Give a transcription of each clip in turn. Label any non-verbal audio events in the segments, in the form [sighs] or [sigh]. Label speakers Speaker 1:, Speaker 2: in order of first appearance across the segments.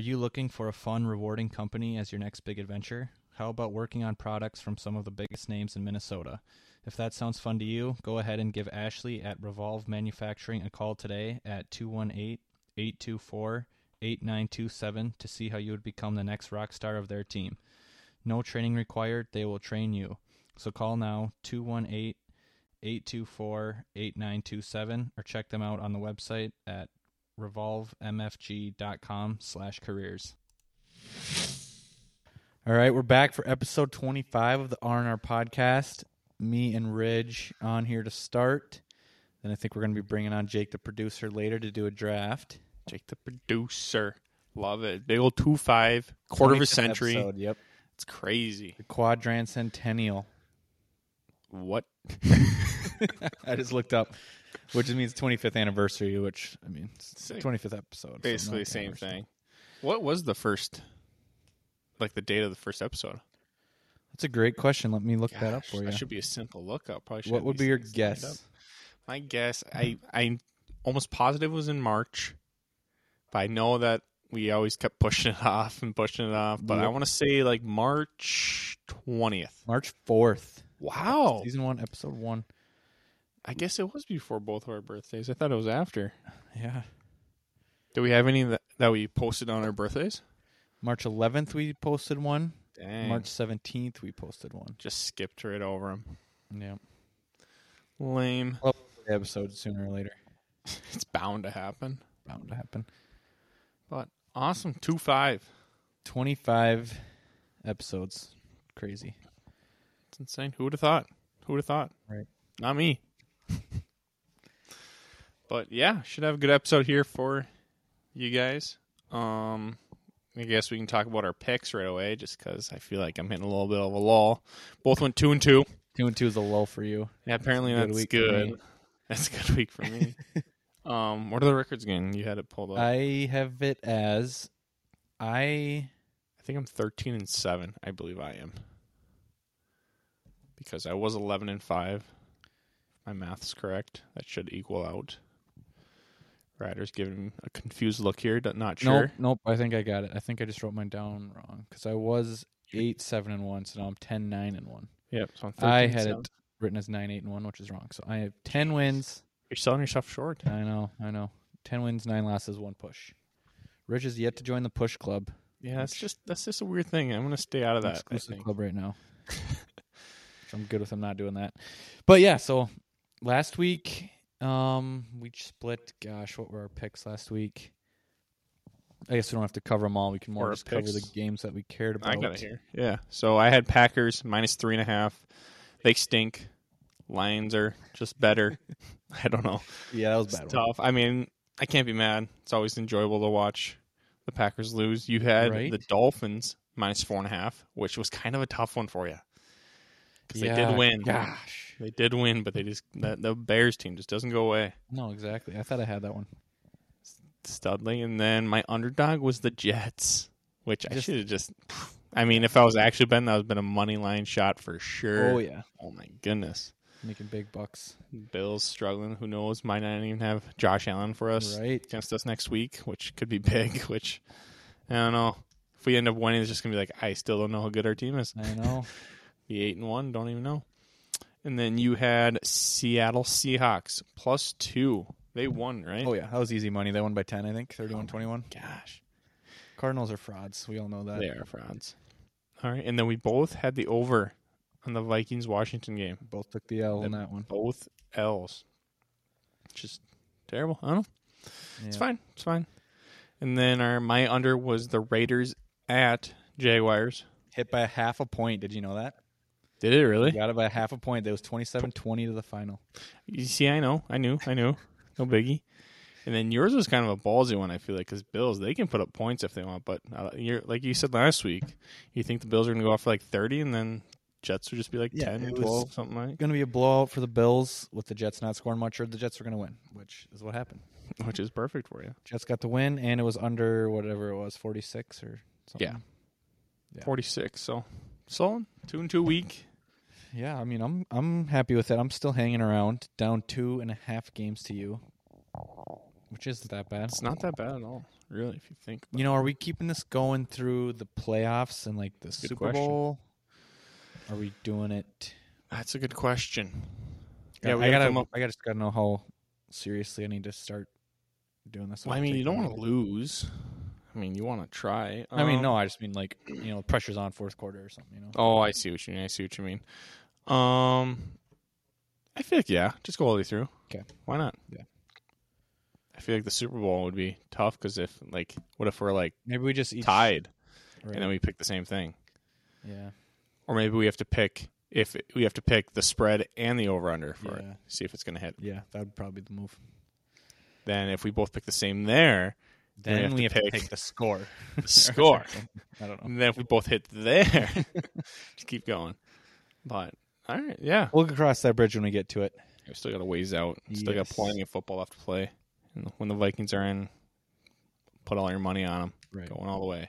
Speaker 1: you looking for a fun, rewarding company as your next big adventure? How about working on products from some of the biggest names in Minnesota? If that sounds fun to you, go ahead and give Ashley at Revolve Manufacturing a call today at 218 824 8927 to see how you would become the next rock star of their team. No training required, they will train you. So call now 218 824 8927 or check them out on the website at revolvemfg.com slash careers. All right, we're back for episode 25 of the R&R podcast. Me and Ridge on here to start. Then I think we're going to be bringing on Jake the producer later to do a draft.
Speaker 2: Jake the producer. Love it. Big old two five, quarter of a
Speaker 1: 25th
Speaker 2: century.
Speaker 1: episode, yep.
Speaker 2: It's crazy.
Speaker 1: The quadrancentennial.
Speaker 2: What?
Speaker 1: I just looked up, which means 25th anniversary, which, I mean, it's
Speaker 2: Same.
Speaker 1: 25th episode. so
Speaker 2: Basically
Speaker 1: not
Speaker 2: same
Speaker 1: anniversary.
Speaker 2: thing. What was the first like the date of the first episode?
Speaker 1: That's a great question. Let me look that up
Speaker 2: Gosh,
Speaker 1: for you.
Speaker 2: That should be a simple lookup. Probably should
Speaker 1: what
Speaker 2: have
Speaker 1: would
Speaker 2: these
Speaker 1: be your
Speaker 2: things lined up.
Speaker 1: guess?
Speaker 2: My guess, I I'm almost positive it was in March, but I know that we always kept pushing it [laughs] off and pushing it off. But I
Speaker 1: Yep.
Speaker 2: want to say like March twentieth.
Speaker 1: March 4th.
Speaker 2: Wow,
Speaker 1: Season 1, Episode 1.
Speaker 2: I guess it was before both of our birthdays. I thought it was after.
Speaker 1: Yeah.
Speaker 2: Do we have any that, that we posted on our birthdays?
Speaker 1: March 11th, we posted one.
Speaker 2: Dang.
Speaker 1: March 17th, we posted one.
Speaker 2: Just skipped right over them.
Speaker 1: Yeah.
Speaker 2: Lame.
Speaker 1: Episode sooner or later.
Speaker 2: It's bound to happen.
Speaker 1: Bound to happen.
Speaker 2: But awesome. 2 5.
Speaker 1: 25 episodes. Crazy.
Speaker 2: It's insane. Who would have thought? Who would have thought?
Speaker 1: Right.
Speaker 2: Not me. [laughs] but yeah, should have a good episode here for you guys. Um, I guess we can talk about our picks right away, just because I feel like I'm hitting a little bit of a lull. Both went two and two.
Speaker 1: Two and two is a lull for you.
Speaker 2: Yeah, apparently
Speaker 1: That's a
Speaker 2: that's,
Speaker 1: good week for me.
Speaker 2: good. [laughs] That's a good week for me. um, what are the records again? You had it pulled up. I,
Speaker 1: I have it as I
Speaker 2: think I'm 13 and seven. I believe I am because I was 11 and five. My math's correct. That should equal out. Ryder's giving a confused look here. d- Not sure.
Speaker 1: nope nope. I think I got it. I think I just wrote mine down wrong because I was eight seven and one, so now I'm ten nine and one.
Speaker 2: Yep. So I'm 13
Speaker 1: I
Speaker 2: and
Speaker 1: had
Speaker 2: seven.
Speaker 1: it written as nine eight and one, which is wrong. So I have ten wins.
Speaker 2: You're selling yourself short.
Speaker 1: I know, I know. Ten wins, nine losses, one push. Rich is yet to join the push club,
Speaker 2: Yeah, that's just that's just a weird thing. I'm gonna stay out of that. I
Speaker 1: exclusive
Speaker 2: think.
Speaker 1: club right now. [laughs] so I'm good with him not doing that. But yeah, so last week um we split. Gosh, what were our picks last week? I guess we don't have to cover them all. We can more
Speaker 2: Or our
Speaker 1: just cover the
Speaker 2: picks?
Speaker 1: games that we cared about.
Speaker 2: I got it here. Yeah. So I had Packers minus three and a half. They stink. Lions are just better. [laughs] I don't know.
Speaker 1: Yeah, that was a
Speaker 2: It's
Speaker 1: bad. one.
Speaker 2: tough. I mean, I can't be mad. It's always enjoyable to watch the Packers lose. You had
Speaker 1: Right.
Speaker 2: the Dolphins minus four and a half, which was kind of a tough one for you because they
Speaker 1: Yeah,
Speaker 2: did win.
Speaker 1: Gosh,
Speaker 2: They did win, but they just that the Bears team just doesn't go away.
Speaker 1: no, exactly. I thought I had that one.
Speaker 2: Studley, and then my underdog was the Jets, which I
Speaker 1: Just-
Speaker 2: should have just. I mean, if I was actually betting, that would have been a money line shot for sure.
Speaker 1: Oh yeah,
Speaker 2: Oh my goodness.
Speaker 1: making big bucks,
Speaker 2: Bills struggling. Who knows? Might not even have Josh Allen for us
Speaker 1: right?
Speaker 2: against us next week, which could be [laughs] big. Which I don't know. If we end up winning, it's just gonna be like I still don't know how good our team is.
Speaker 1: I know.
Speaker 2: Be eight and one. Don't even know. And then you had Seattle Seahawks plus two. They won, right?
Speaker 1: [laughs] Oh yeah, that was easy money. They won by ten, I think, 31-21.
Speaker 2: gosh,
Speaker 1: Cardinals are frauds. We all know that.
Speaker 2: they are frauds. All right, and then we both had the over on the Vikings Washington game.
Speaker 1: Both took the L on that one.
Speaker 2: Both L's. Just terrible. I don't know. It's
Speaker 1: Yeah.
Speaker 2: fine. It's fine. And then our my under was the Raiders at Jaguars.
Speaker 1: Hit by a half a point. Did you know that?
Speaker 2: Did it really?
Speaker 1: Got it by a half a point. That was 27-20 to the final.
Speaker 2: You see, I know, I knew, I knew. No biggie. And then yours was kind of a ballsy one. I feel like because Bills they can put up points if they want, but uh, you're like you said last week, you think the Bills are going to go off for like thirty, and then Jets would just be like
Speaker 1: Yeah,
Speaker 2: 10,
Speaker 1: it
Speaker 2: 12,
Speaker 1: was-
Speaker 2: something like,
Speaker 1: Going to be a blowout for the Bills with the Jets not scoring much, or the Jets are going to win, which is what happened.
Speaker 2: which is perfect for you.
Speaker 1: Jets got the win, and it was under whatever it was, 46 or something.
Speaker 2: Yeah.
Speaker 1: Yeah.
Speaker 2: 46. So, solid. Two and two week.
Speaker 1: Yeah, I mean, I'm I'm happy with it. I'm still hanging around, down two and a half games to you, which isn't that bad.
Speaker 2: It's not that bad at all. really, if you think.
Speaker 1: You know, are we keeping this going through the playoffs and like the
Speaker 2: Good
Speaker 1: Super
Speaker 2: question.
Speaker 1: Bowl? Are we doing it?
Speaker 2: That's a good question. Yeah,
Speaker 1: God,
Speaker 2: we
Speaker 1: I
Speaker 2: gotta
Speaker 1: gotta.
Speaker 2: come up-
Speaker 1: I gotta just gotta know how seriously I need to start doing this.
Speaker 2: Well, I mean, you don't want to lose. I mean, you want to try.
Speaker 1: I mean,
Speaker 2: Um,
Speaker 1: no, I just mean like you know, pressure's on fourth quarter or something. You know,
Speaker 2: Oh, I see what you mean. I see what you mean. Um, I feel like yeah, just go all the way through.
Speaker 1: 'Kay.
Speaker 2: why not?
Speaker 1: Yeah.
Speaker 2: I feel like the Super Bowl would be tough because if like, what if we're like
Speaker 1: maybe we just each,
Speaker 2: tied
Speaker 1: right,
Speaker 2: and then we pick the same thing,
Speaker 1: yeah,
Speaker 2: or maybe we have to pick if we have to pick the spread and the over under for it,
Speaker 1: Yeah.
Speaker 2: see if it's gonna hit.
Speaker 1: yeah, that would probably be the move.
Speaker 2: Then if we both pick the
Speaker 1: [laughs]
Speaker 2: same there, Then
Speaker 1: Then we have to pick,
Speaker 2: pick
Speaker 1: the [laughs] score.
Speaker 2: score.
Speaker 1: [laughs] I don't know.
Speaker 2: and then if we both hit
Speaker 1: [laughs]
Speaker 2: there, [laughs] just keep going. But all right, yeah.
Speaker 1: We'll cross that bridge when we get to it.
Speaker 2: We still got a ways out. Still got
Speaker 1: Yes.
Speaker 2: plenty of football left to play. And when the Vikings are in, put all your money on them,
Speaker 1: Right.
Speaker 2: going all the way.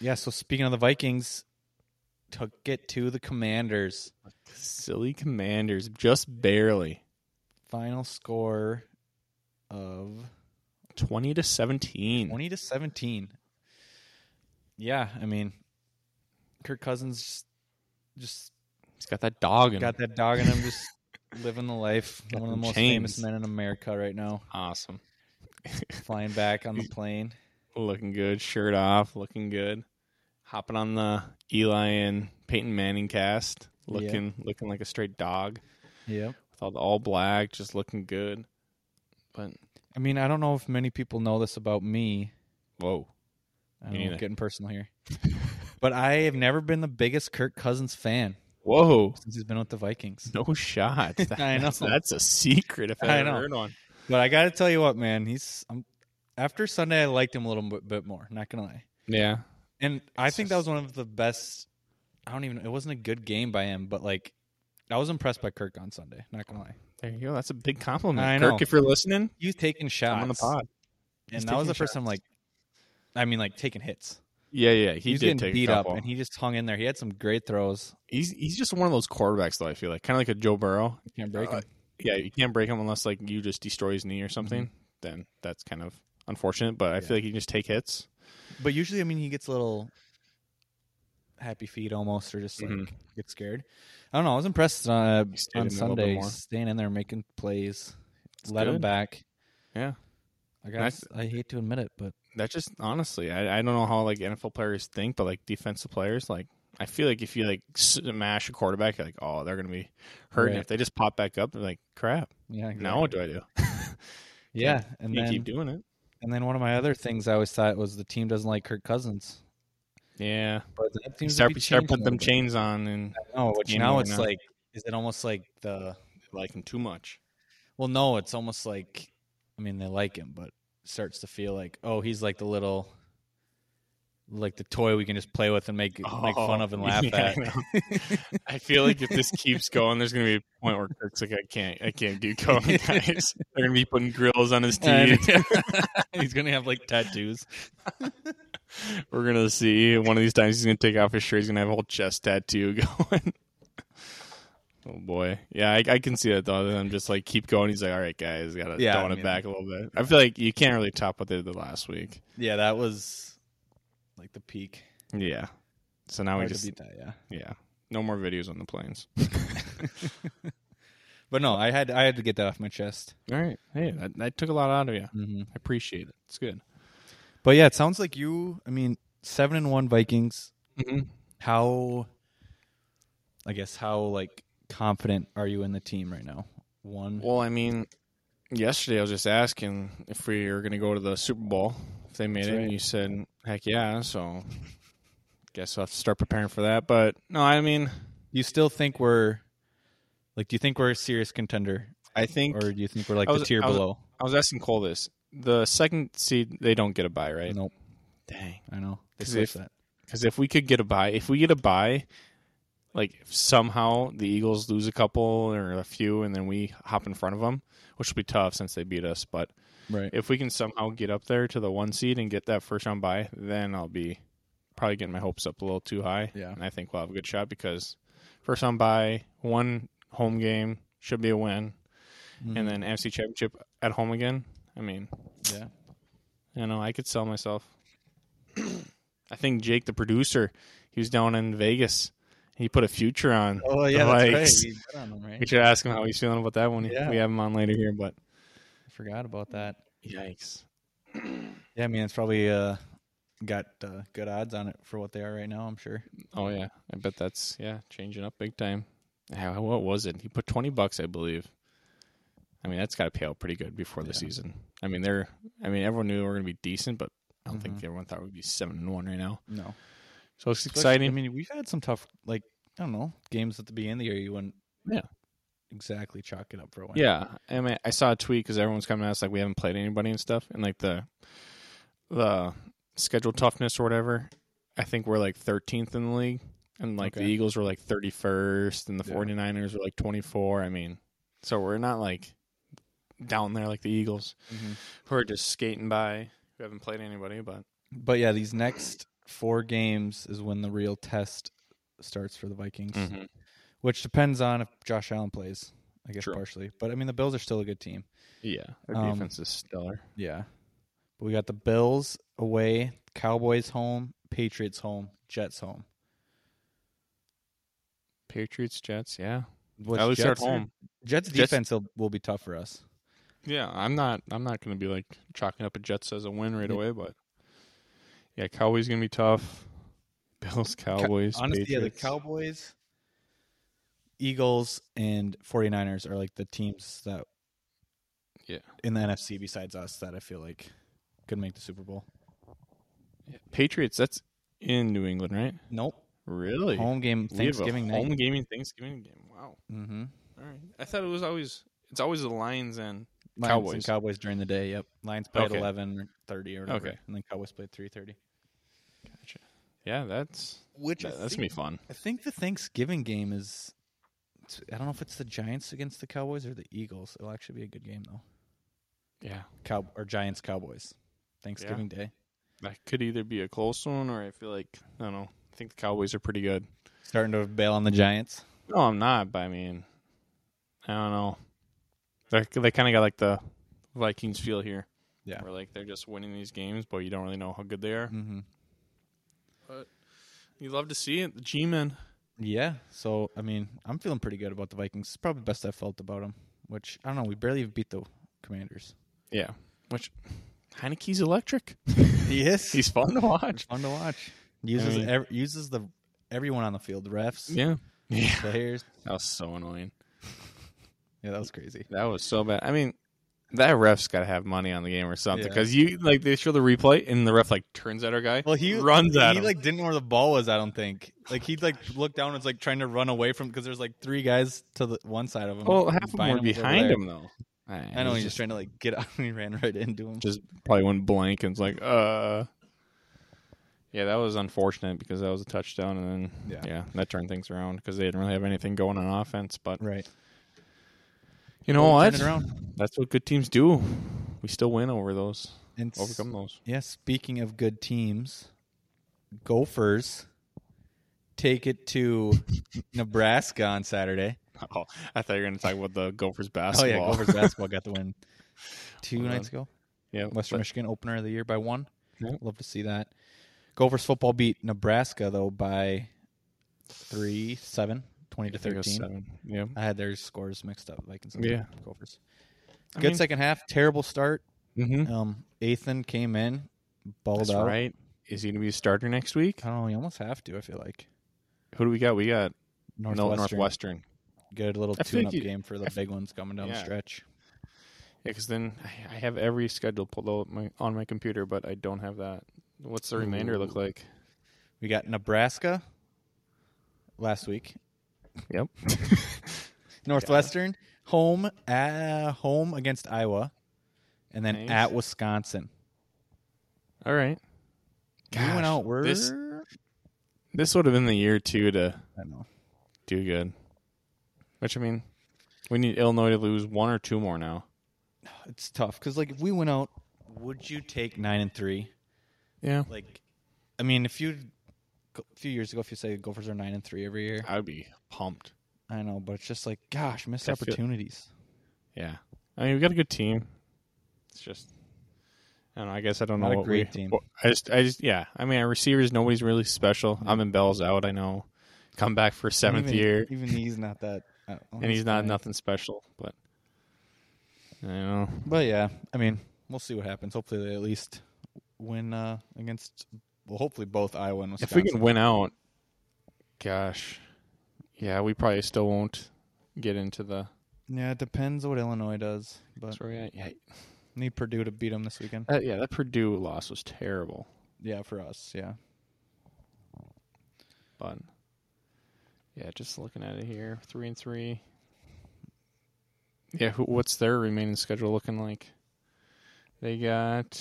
Speaker 1: Yeah. So speaking of the Vikings, took it to the Commanders.
Speaker 2: Silly Commanders, just barely
Speaker 1: Final score of
Speaker 2: twenty to seventeen.
Speaker 1: twenty to seventeen. Yeah, I mean, Kirk Cousins just- just
Speaker 2: He's got that dog in him.
Speaker 1: got that dog in him, just [laughs] living the life.
Speaker 2: Got
Speaker 1: One of the
Speaker 2: them
Speaker 1: most
Speaker 2: chains.
Speaker 1: famous men in America right now,
Speaker 2: Awesome, [laughs]
Speaker 1: flying back on the [laughs] plane.
Speaker 2: looking good, shirt off, looking good, hopping on the Eli and Peyton Manning cast,
Speaker 1: Yeah.
Speaker 2: looking looking like a straight dog
Speaker 1: Yep.
Speaker 2: with all the all black, just looking good. But
Speaker 1: I mean, I don't know if many people know this about me.
Speaker 2: whoa,
Speaker 1: I
Speaker 2: Me
Speaker 1: don't know,
Speaker 2: neither.
Speaker 1: getting personal [laughs] here. but I have never been the biggest Kirk Cousins fan
Speaker 2: whoa,
Speaker 1: since he's been with the Vikings.
Speaker 2: No shot. That-
Speaker 1: [laughs] I know.
Speaker 2: That's, that's a secret if I,
Speaker 1: I
Speaker 2: ever
Speaker 1: know.
Speaker 2: heard one.
Speaker 1: But I got to tell you what, man, he's um, after Sunday I liked him a little bit, bit more, not going to lie.
Speaker 2: Yeah.
Speaker 1: And I
Speaker 2: It's
Speaker 1: think that was one of the best I don't even it wasn't a good game by him, but like I was impressed by Kirk on Sunday, not going to lie.
Speaker 2: There you go. That's a big compliment.
Speaker 1: I know.
Speaker 2: Kirk, if you're listening,
Speaker 1: He's taking shots.
Speaker 2: I'm on the pod. He's
Speaker 1: and that was
Speaker 2: taking
Speaker 1: the first time
Speaker 2: shots.
Speaker 1: like I mean like taking hits.
Speaker 2: Yeah, yeah. He
Speaker 1: was
Speaker 2: did
Speaker 1: getting
Speaker 2: take
Speaker 1: beat
Speaker 2: a couple.
Speaker 1: up and he just hung in there. He had some great throws.
Speaker 2: he's he's just one of those quarterbacks though, I feel like. Kinda like a Joe Burrow.
Speaker 1: Can't break
Speaker 2: Uh,
Speaker 1: him.
Speaker 2: Yeah, you can't break him unless like you just destroy his knee or something. Then that's kind of unfortunate. But I
Speaker 1: Yeah.
Speaker 2: feel like he can just take hits.
Speaker 1: But usually I mean he gets a little happy feet almost or just like
Speaker 2: Mhm.
Speaker 1: get scared. Mm-hmm. I don't know. I was impressed uh,
Speaker 2: He stayed
Speaker 1: on
Speaker 2: in there a little bit
Speaker 1: Sunday
Speaker 2: more.
Speaker 1: staying in there making plays. let him
Speaker 2: good.
Speaker 1: back.
Speaker 2: Yeah.
Speaker 1: I
Speaker 2: That's-
Speaker 1: guess I hate to admit it, but
Speaker 2: That just honestly, I, I don't know how like NFL players think, but like defensive players, like I feel like if you like smash a quarterback, you're like, oh, they're gonna be hurting.
Speaker 1: Right.
Speaker 2: If they just pop back up, they're like, crap.
Speaker 1: yeah, exactly.
Speaker 2: Now what do I do?
Speaker 1: yeah, and
Speaker 2: you
Speaker 1: then
Speaker 2: keep doing it.
Speaker 1: and then one of my other things I always thought was the team doesn't like Kirk Cousins,
Speaker 2: Yeah.
Speaker 1: but that seems to
Speaker 2: Start,
Speaker 1: be
Speaker 2: start
Speaker 1: changing
Speaker 2: putting
Speaker 1: a
Speaker 2: them
Speaker 1: little bit.
Speaker 2: chains on and
Speaker 1: No, which
Speaker 2: game
Speaker 1: now
Speaker 2: right
Speaker 1: it's
Speaker 2: now.
Speaker 1: like, is it almost like the?
Speaker 2: like them too much.
Speaker 1: Well, no, it's almost like, I mean, they like him, but it starts to feel like, oh, he's like the little, like the toy we can just play with and make make fun [laughs]
Speaker 2: [laughs]
Speaker 1: of and laugh at.
Speaker 2: Oh, I, feel like if this keeps going, there's gonna be a point where Kirk's like, I can't, I can't [laughs] do going, guys. They're gonna be putting grills on [laughs] his
Speaker 1: And-
Speaker 2: teeth.
Speaker 1: [laughs] he's gonna have like tattoos.
Speaker 2: We're gonna see one of these times he's gonna take off his shirt. He's gonna have a whole chest tattoo [laughs] going. oh boy, yeah, I, I can see that though. Then I'm just like, keep going. He's like, all right, guys, gotta
Speaker 1: Yeah,
Speaker 2: tone
Speaker 1: I
Speaker 2: it
Speaker 1: mean-
Speaker 2: back a little bit. I feel like you can't really top what they did last week.
Speaker 1: Yeah, that was like the peak.
Speaker 2: Yeah. So now we
Speaker 1: Hard
Speaker 2: just
Speaker 1: to beat that, yeah.
Speaker 2: Yeah. No more videos on the planes.
Speaker 1: But no, I had I had to get that off my chest.
Speaker 2: All right. Hey, that, that took a lot out of you.
Speaker 1: Mm-hmm.
Speaker 2: I appreciate it. It's good.
Speaker 1: But yeah, it sounds like you. I mean, seven and one Vikings.
Speaker 2: Mm-hmm.
Speaker 1: How? I guess how like confident are you in the team right now? One.
Speaker 2: Well, I mean, yesterday I was just asking if we were going to go to the Super Bowl, if they made
Speaker 1: That's
Speaker 2: it.
Speaker 1: right.
Speaker 2: And you said, heck yeah. So guess I'll have to start preparing for that. But no, I mean,
Speaker 1: you still think we're like? Do you think we're a serious contender,
Speaker 2: I think
Speaker 1: or do you think we're like
Speaker 2: I
Speaker 1: the
Speaker 2: was-
Speaker 1: tier
Speaker 2: I was-
Speaker 1: below?
Speaker 2: I was asking Cole this. The second seed, they don't get a buy, right?
Speaker 1: Nope.
Speaker 2: Dang.
Speaker 1: I know they
Speaker 2: 'Cause
Speaker 1: switched
Speaker 2: if-
Speaker 1: that.
Speaker 2: Because if we could get a buy, if we get a buy, like if somehow the Eagles lose a couple or a few, and then we hop in front of them, which would be tough since they beat us. But
Speaker 1: Right.
Speaker 2: if we can somehow get up there to the one seed and get that first round buy, then I'll be probably getting my hopes up a little too high.
Speaker 1: Yeah.
Speaker 2: And I think we'll have a good shot because first round buy, one home game should be a win,
Speaker 1: Mhm.
Speaker 2: and then NFC Championship at home again. I mean,
Speaker 1: yeah.
Speaker 2: I know I could sell myself. I think Jake, the producer, he was down in Vegas. He put a future on.
Speaker 1: Oh yeah,
Speaker 2: that's
Speaker 1: that's
Speaker 2: Vikes. [laughs]
Speaker 1: right. We, on them,
Speaker 2: We
Speaker 1: right?
Speaker 2: should ask him how he's feeling about that one.
Speaker 1: Yeah.
Speaker 2: We have him on later here, but
Speaker 1: I forgot about that.
Speaker 2: yikes.
Speaker 1: Yeah, I mean it's probably uh, got uh, good odds on it for what they are right now. I'm sure.
Speaker 2: Oh yeah, I bet that's yeah changing up big time. How, what was it? He put twenty bucks, I believe. I mean, that's got to pay out pretty good before the
Speaker 1: Yeah.
Speaker 2: season. I mean, they're. I mean, everyone knew we were going to be decent, but I don't think everyone thought we'd be seven and one right now.
Speaker 1: No,
Speaker 2: So it's
Speaker 1: Especially-
Speaker 2: exciting.
Speaker 1: I mean, we've had some tough, like I don't know, games at the beginning of the year. You wouldn't,
Speaker 2: Yeah.
Speaker 1: exactly chalk it up for a win.
Speaker 2: Yeah, I mean, I saw a tweet because everyone's coming at us like we haven't played anybody and stuff, and like the the schedule toughness or whatever. I think we're like 13th in the league, and like the
Speaker 1: Okay.
Speaker 2: Eagles were like 31st, and the
Speaker 1: Yeah.
Speaker 2: 49ers were like 24. I mean, so we're not like down there like the Eagles
Speaker 1: Mhm.
Speaker 2: who are just skating by, who haven't played anybody. But
Speaker 1: but yeah, these next four games is when the real test starts for the Vikings,
Speaker 2: Mm-hmm.
Speaker 1: which depends on if Josh Allen plays. I guess
Speaker 2: True.
Speaker 1: partially, but I mean the Bills are still a good team.
Speaker 2: yeah, their
Speaker 1: Um,
Speaker 2: defense is stellar.
Speaker 1: Yeah. But we got the Bills away, Cowboys home, Patriots home, Jets home.
Speaker 2: Patriots, Jets, yeah.
Speaker 1: Which
Speaker 2: At least they're at
Speaker 1: Jets are-
Speaker 2: home.
Speaker 1: Jets
Speaker 2: Jets-
Speaker 1: defense will, will be tough for us.
Speaker 2: Yeah, I'm not. I'm not going to be like chalking up a Jets as a win right
Speaker 1: Yeah.
Speaker 2: away, but yeah, Cowboys going to be tough. [laughs] Bills, Cowboys,
Speaker 1: Honestly, yeah, the
Speaker 2: Patriots.
Speaker 1: Cowboys, Eagles, and 49ers are like the teams that
Speaker 2: Yeah.
Speaker 1: in the NFC besides us that I feel like could make the Super Bowl.
Speaker 2: Patriots. That's in New England, right?
Speaker 1: Nope.
Speaker 2: Really?
Speaker 1: Home game
Speaker 2: We have a
Speaker 1: Thanksgiving
Speaker 2: home
Speaker 1: night.
Speaker 2: gaming Thanksgiving game. Wow.
Speaker 1: Mm-hmm.
Speaker 2: All right. I thought it was always. It's always the Lions and
Speaker 1: Lions Cowboys.
Speaker 2: Cowboys.
Speaker 1: Cowboys during the day. Yep. Lions play
Speaker 2: Okay.
Speaker 1: at 11 30 or whatever.
Speaker 2: Okay.
Speaker 1: And then Cowboys played 3:30.
Speaker 2: yeah, that's
Speaker 1: Which
Speaker 2: that, that's gonna be fun.
Speaker 1: I think the Thanksgiving game is. it's- I don't know if it's the Giants against the Cowboys or the Eagles. It'll actually be a good game though.
Speaker 2: Yeah,
Speaker 1: Cow or Giants Cowboys, Thanksgiving Day.
Speaker 2: that could either be a close one or I feel like I don't know. I think the Cowboys are pretty good.
Speaker 1: Starting to bail on the Giants.
Speaker 2: No, I'm not. But I mean, I don't know. They they kind of got like the Vikings feel here.
Speaker 1: Yeah.
Speaker 2: where like they're just winning these games, but you don't really know how good they are.
Speaker 1: Mm-hmm.
Speaker 2: You love to see it. The G-men.
Speaker 1: Yeah. So I mean, I'm feeling pretty good about the Vikings. It's probably the best I felt about them. Which I don't know. We barely even beat the Commanders.
Speaker 2: Yeah, which Heineke's [laughs] electric.
Speaker 1: He is.
Speaker 2: He's fun to watch.
Speaker 1: fun to watch. Uses
Speaker 2: mean-
Speaker 1: ev- uses the everyone on the field, the refs,
Speaker 2: Yeah, yeah.
Speaker 1: players.
Speaker 2: That was so annoying.
Speaker 1: Yeah, that was crazy.
Speaker 2: That was so bad. I mean, that ref's got to have money on the game or something
Speaker 1: Yeah.
Speaker 2: because you like they show the replay and the ref like turns at our guy.
Speaker 1: Well, he
Speaker 2: runs at
Speaker 1: He
Speaker 2: him.
Speaker 1: like didn't know where the ball was. I don't think. Like he like looked down and was like trying to run away from because there's like three guys to the one side of him.
Speaker 2: well, half of them
Speaker 1: Bynum
Speaker 2: were
Speaker 1: was over
Speaker 2: behind
Speaker 1: there.
Speaker 2: him though.
Speaker 1: I know he's just trying to like get [laughs] out and he ran right into him.
Speaker 2: just probably went blank and was like, uh. Yeah, that was unfortunate because that was a touchdown, and then
Speaker 1: Yeah.
Speaker 2: yeah, that turned things around because they didn't really have anything going on offense. But
Speaker 1: Right.
Speaker 2: you know
Speaker 1: Well, turn
Speaker 2: what?
Speaker 1: it around.
Speaker 2: That's what good teams do. We still win over those,
Speaker 1: And s-
Speaker 2: overcome those.
Speaker 1: Yeah. Speaking of good teams, Gophers take it
Speaker 2: [laughs]
Speaker 1: to Nebraska on Saturday.
Speaker 2: [laughs] Oh, I thought you were going to talk about the [laughs] Gophers
Speaker 1: Oh
Speaker 2: basketball.
Speaker 1: yeah, Gophers basketball got the
Speaker 2: [laughs]
Speaker 1: win two
Speaker 2: Hold
Speaker 1: nights ago.
Speaker 2: yeah,
Speaker 1: Western
Speaker 2: but-
Speaker 1: Michigan opener of the year by one.
Speaker 2: Yeah.
Speaker 1: Love to see that. Gophers football beat Nebraska though by three, seven, 20 to
Speaker 2: I think it was
Speaker 1: thirteen.
Speaker 2: seven. Yeah,
Speaker 1: I had their scores mixed up, Vikings and
Speaker 2: Yeah.
Speaker 1: Gophers.
Speaker 2: I
Speaker 1: Good
Speaker 2: mean-
Speaker 1: second half, terrible start.
Speaker 2: mm-hmm.
Speaker 1: Um Ethan came in, balled
Speaker 2: that's
Speaker 1: out.
Speaker 2: right. Is he going to be a starter next week?
Speaker 1: I don't know, you almost have to, I feel like.
Speaker 2: Who do we got? We got Northwestern.
Speaker 1: Northwestern.
Speaker 2: Northwestern.
Speaker 1: Good little
Speaker 2: I feel
Speaker 1: tune
Speaker 2: like
Speaker 1: up
Speaker 2: you-
Speaker 1: game for the big ones coming down the
Speaker 2: Yeah.
Speaker 1: stretch.
Speaker 2: Yeah, because then I- I have every schedule pulled out my, on my computer, but I don't have that. What's the remainder look like?
Speaker 1: We got Nebraska last week.
Speaker 2: Yep.
Speaker 1: [laughs] Northwestern home at home against Iowa, and then
Speaker 2: Nice.
Speaker 1: at Wisconsin.
Speaker 2: All right.
Speaker 1: we
Speaker 2: Gosh,
Speaker 1: went out. We're
Speaker 2: this- This would have been the year too to
Speaker 1: I don't know.
Speaker 2: do good. Which I mean, we need Illinois to lose one or two more now.
Speaker 1: It's tough because like if we went out, would you take nine and three?
Speaker 2: Yeah,
Speaker 1: Like, I mean, if you a few years ago, if you say Gophers are nine and three every year,
Speaker 2: I'd be pumped.
Speaker 1: I know, but it's just like, gosh, missed
Speaker 2: I feel-
Speaker 1: opportunities.
Speaker 2: Yeah, I mean, we got a good team. It's just, I don't know. I guess I don't
Speaker 1: Not
Speaker 2: know.
Speaker 1: a
Speaker 2: what
Speaker 1: great
Speaker 2: we-
Speaker 1: team.
Speaker 2: what- I just, I just, yeah. I mean, our receivers, nobody's really special. I'm in Bell's out. I know. Come back for seventh
Speaker 1: even,
Speaker 2: year,
Speaker 1: Even he's not that. uh, well,
Speaker 2: [laughs] and he's
Speaker 1: that's
Speaker 2: not
Speaker 1: fine.
Speaker 2: nothing special. But I don't know.
Speaker 1: But yeah, I mean, we'll see what happens. Hopefully, they at least win uh, against. Well, hopefully, both Iowa and
Speaker 2: If
Speaker 1: Wisconsin.
Speaker 2: we can win out, gosh, yeah, we probably still won't get into the.
Speaker 1: yeah, it depends what Illinois does, but
Speaker 2: Sorry, I- yeah,
Speaker 1: need Purdue to beat them this weekend.
Speaker 2: that, yeah, that Purdue loss was terrible.
Speaker 1: Yeah, for us. Yeah,
Speaker 2: But yeah, just looking at it here, three and three. Yeah, who, what's their remaining schedule looking like? They got.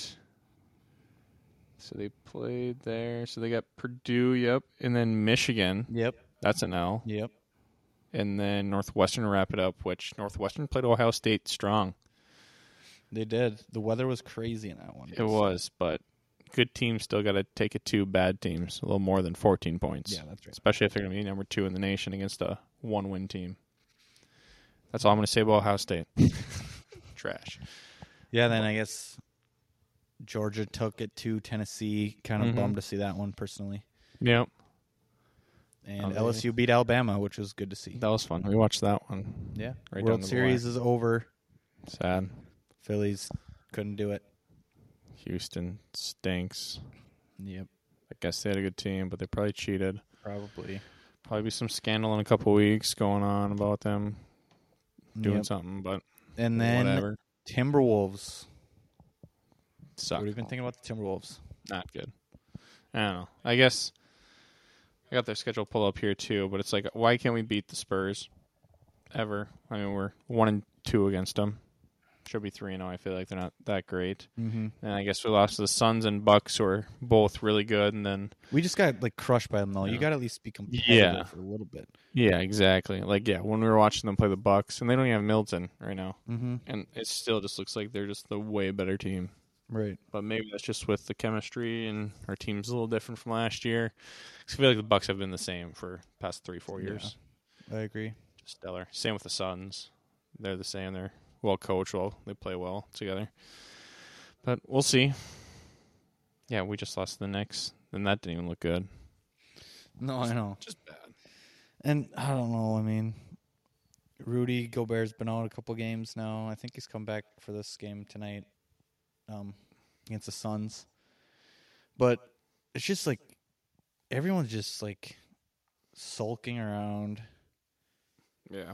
Speaker 2: So they played there. So they got Purdue, yep, and then Michigan.
Speaker 1: Yep.
Speaker 2: That's an L.
Speaker 1: Yep.
Speaker 2: And then Northwestern to wrap it up, which Northwestern played Ohio State strong.
Speaker 1: They did. The weather was crazy in that one.
Speaker 2: It was, but good teams still got to take it to bad teams a little more than 14 points.
Speaker 1: Yeah, that's right.
Speaker 2: especially if they're going to be number two in the nation against a one-win team. That's all I'm going to say about Ohio State. [laughs] Trash.
Speaker 1: Yeah, then I guess Georgia took it to Tennessee. Kind of
Speaker 2: Mhm.
Speaker 1: bummed to see that one personally.
Speaker 2: Yep, Oh,
Speaker 1: And
Speaker 2: they-
Speaker 1: LSU beat Alabama, which was good to see.
Speaker 2: that was fun. We watched that one.
Speaker 1: Yeah,
Speaker 2: Right down
Speaker 1: World
Speaker 2: the
Speaker 1: Series is over.
Speaker 2: Sad.
Speaker 1: Phillies couldn't do it.
Speaker 2: Houston stinks.
Speaker 1: Yep,
Speaker 2: I guess they had a good team, but they probably cheated.
Speaker 1: probably
Speaker 2: Probably be some scandal in a couple weeks going on about them doing
Speaker 1: Yep.
Speaker 2: something, but
Speaker 1: And then
Speaker 2: whatever.
Speaker 1: Timberwolves.
Speaker 2: Suck.
Speaker 1: What have you been thinking about the Timberwolves?
Speaker 2: not good. I don't know. I guess I got their schedule pulled up here too, but it's like, why can't we beat the Spurs ever? I mean, we're one and two against them. Should be three and zero. I feel like they're not that great.
Speaker 1: Mm-hmm.
Speaker 2: And I guess we lost to the Suns and Bucks, who are both really good. And then
Speaker 1: We just got like crushed by them though. You
Speaker 2: Yeah.
Speaker 1: got to at least be competitive
Speaker 2: Yeah.
Speaker 1: for a little bit.
Speaker 2: yeah, exactly. Like yeah, when we were watching them play the Bucks, and they don't even have Milton right now,
Speaker 1: Mm-hmm.
Speaker 2: and it still just looks like they're just the way better team.
Speaker 1: Right.
Speaker 2: but maybe that's just with the chemistry and our team's a little different from last year. 'Cause I feel like the Bucks have been the same for past three, four
Speaker 1: Yeah.
Speaker 2: years.
Speaker 1: I agree.
Speaker 2: Just stellar. Same with the Suns. They're the same. They're well coached. Well, they play well together. But we'll see. Yeah, we just lost to the Knicks, and that didn't even look good.
Speaker 1: No, I know.
Speaker 2: Just bad.
Speaker 1: And I don't know. I mean, Rudy Gobert's been out a couple games now. I think he's come back for this game tonight um, against the Suns. But it's just like everyone's just like sulking around,
Speaker 2: Yeah.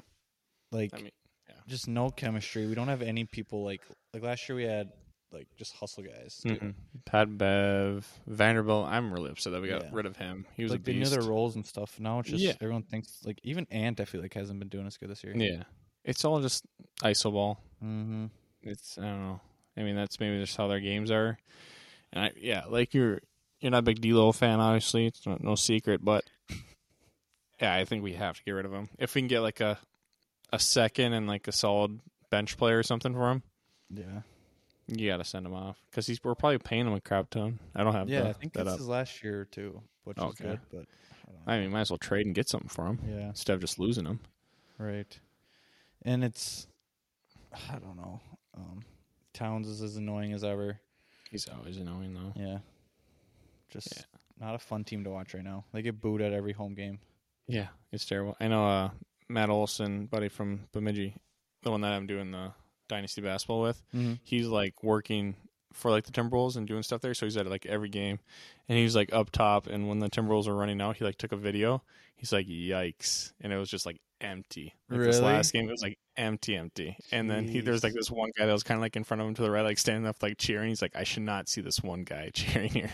Speaker 1: like
Speaker 2: I mean, yeah.
Speaker 1: just no chemistry. We don't have any people like like last year we had like just hustle guys. too.
Speaker 2: Mm-hmm. Pat Bev, Vanderbilt. I'm really upset that we got
Speaker 1: Yeah.
Speaker 2: rid of him. He was
Speaker 1: Like
Speaker 2: a
Speaker 1: they knew
Speaker 2: beast.
Speaker 1: their roles and stuff. Now it's just
Speaker 2: Yeah.
Speaker 1: everyone thinks like even Ant I feel like hasn't been doing as good this year.
Speaker 2: yeah. It's all just iso ball.
Speaker 1: Mm-hmm.
Speaker 2: it's I don't know. I mean, that's maybe just how their games are. And I, yeah, like you're you're not a big D'Lo fan, obviously. It's no, no secret, but yeah, I think we have to get rid of him if we can get like a a second and like a solid bench player or something for him.
Speaker 1: Yeah.
Speaker 2: You got to send him off because he's we're probably paying him a crap ton. I don't have
Speaker 1: Yeah,
Speaker 2: the-
Speaker 1: I think
Speaker 2: that
Speaker 1: this
Speaker 2: up. Oh,
Speaker 1: is last year too, which is
Speaker 2: Okay.
Speaker 1: good. But
Speaker 2: I mean, might as well trade and get something for him
Speaker 1: yeah,
Speaker 2: instead of just losing him.
Speaker 1: right. And it's, I don't know. Um, Towns is as annoying as ever.
Speaker 2: He's always annoying though.
Speaker 1: Yeah, just not a fun team to watch right now. They get booed at every home game.
Speaker 2: Yeah, it's terrible. I know uh, Matt Olson, buddy from Bemidji, the one that I'm doing the dynasty basketball with.
Speaker 1: Mhm.
Speaker 2: He's like working for like the Timberwolves and doing stuff there, so he's at like every game, and he's like up top. And when the Timberwolves were running out, he like took a video. He's like, "Yikes!" And it was just like empty. Like This
Speaker 1: Really?
Speaker 2: last game, it was like empty, empty. And then he there's like
Speaker 1: Jeez.
Speaker 2: this one guy that was kind of like in front of him to the right, like standing up, like cheering. He's like, "I should not see this one guy [laughs] cheering here."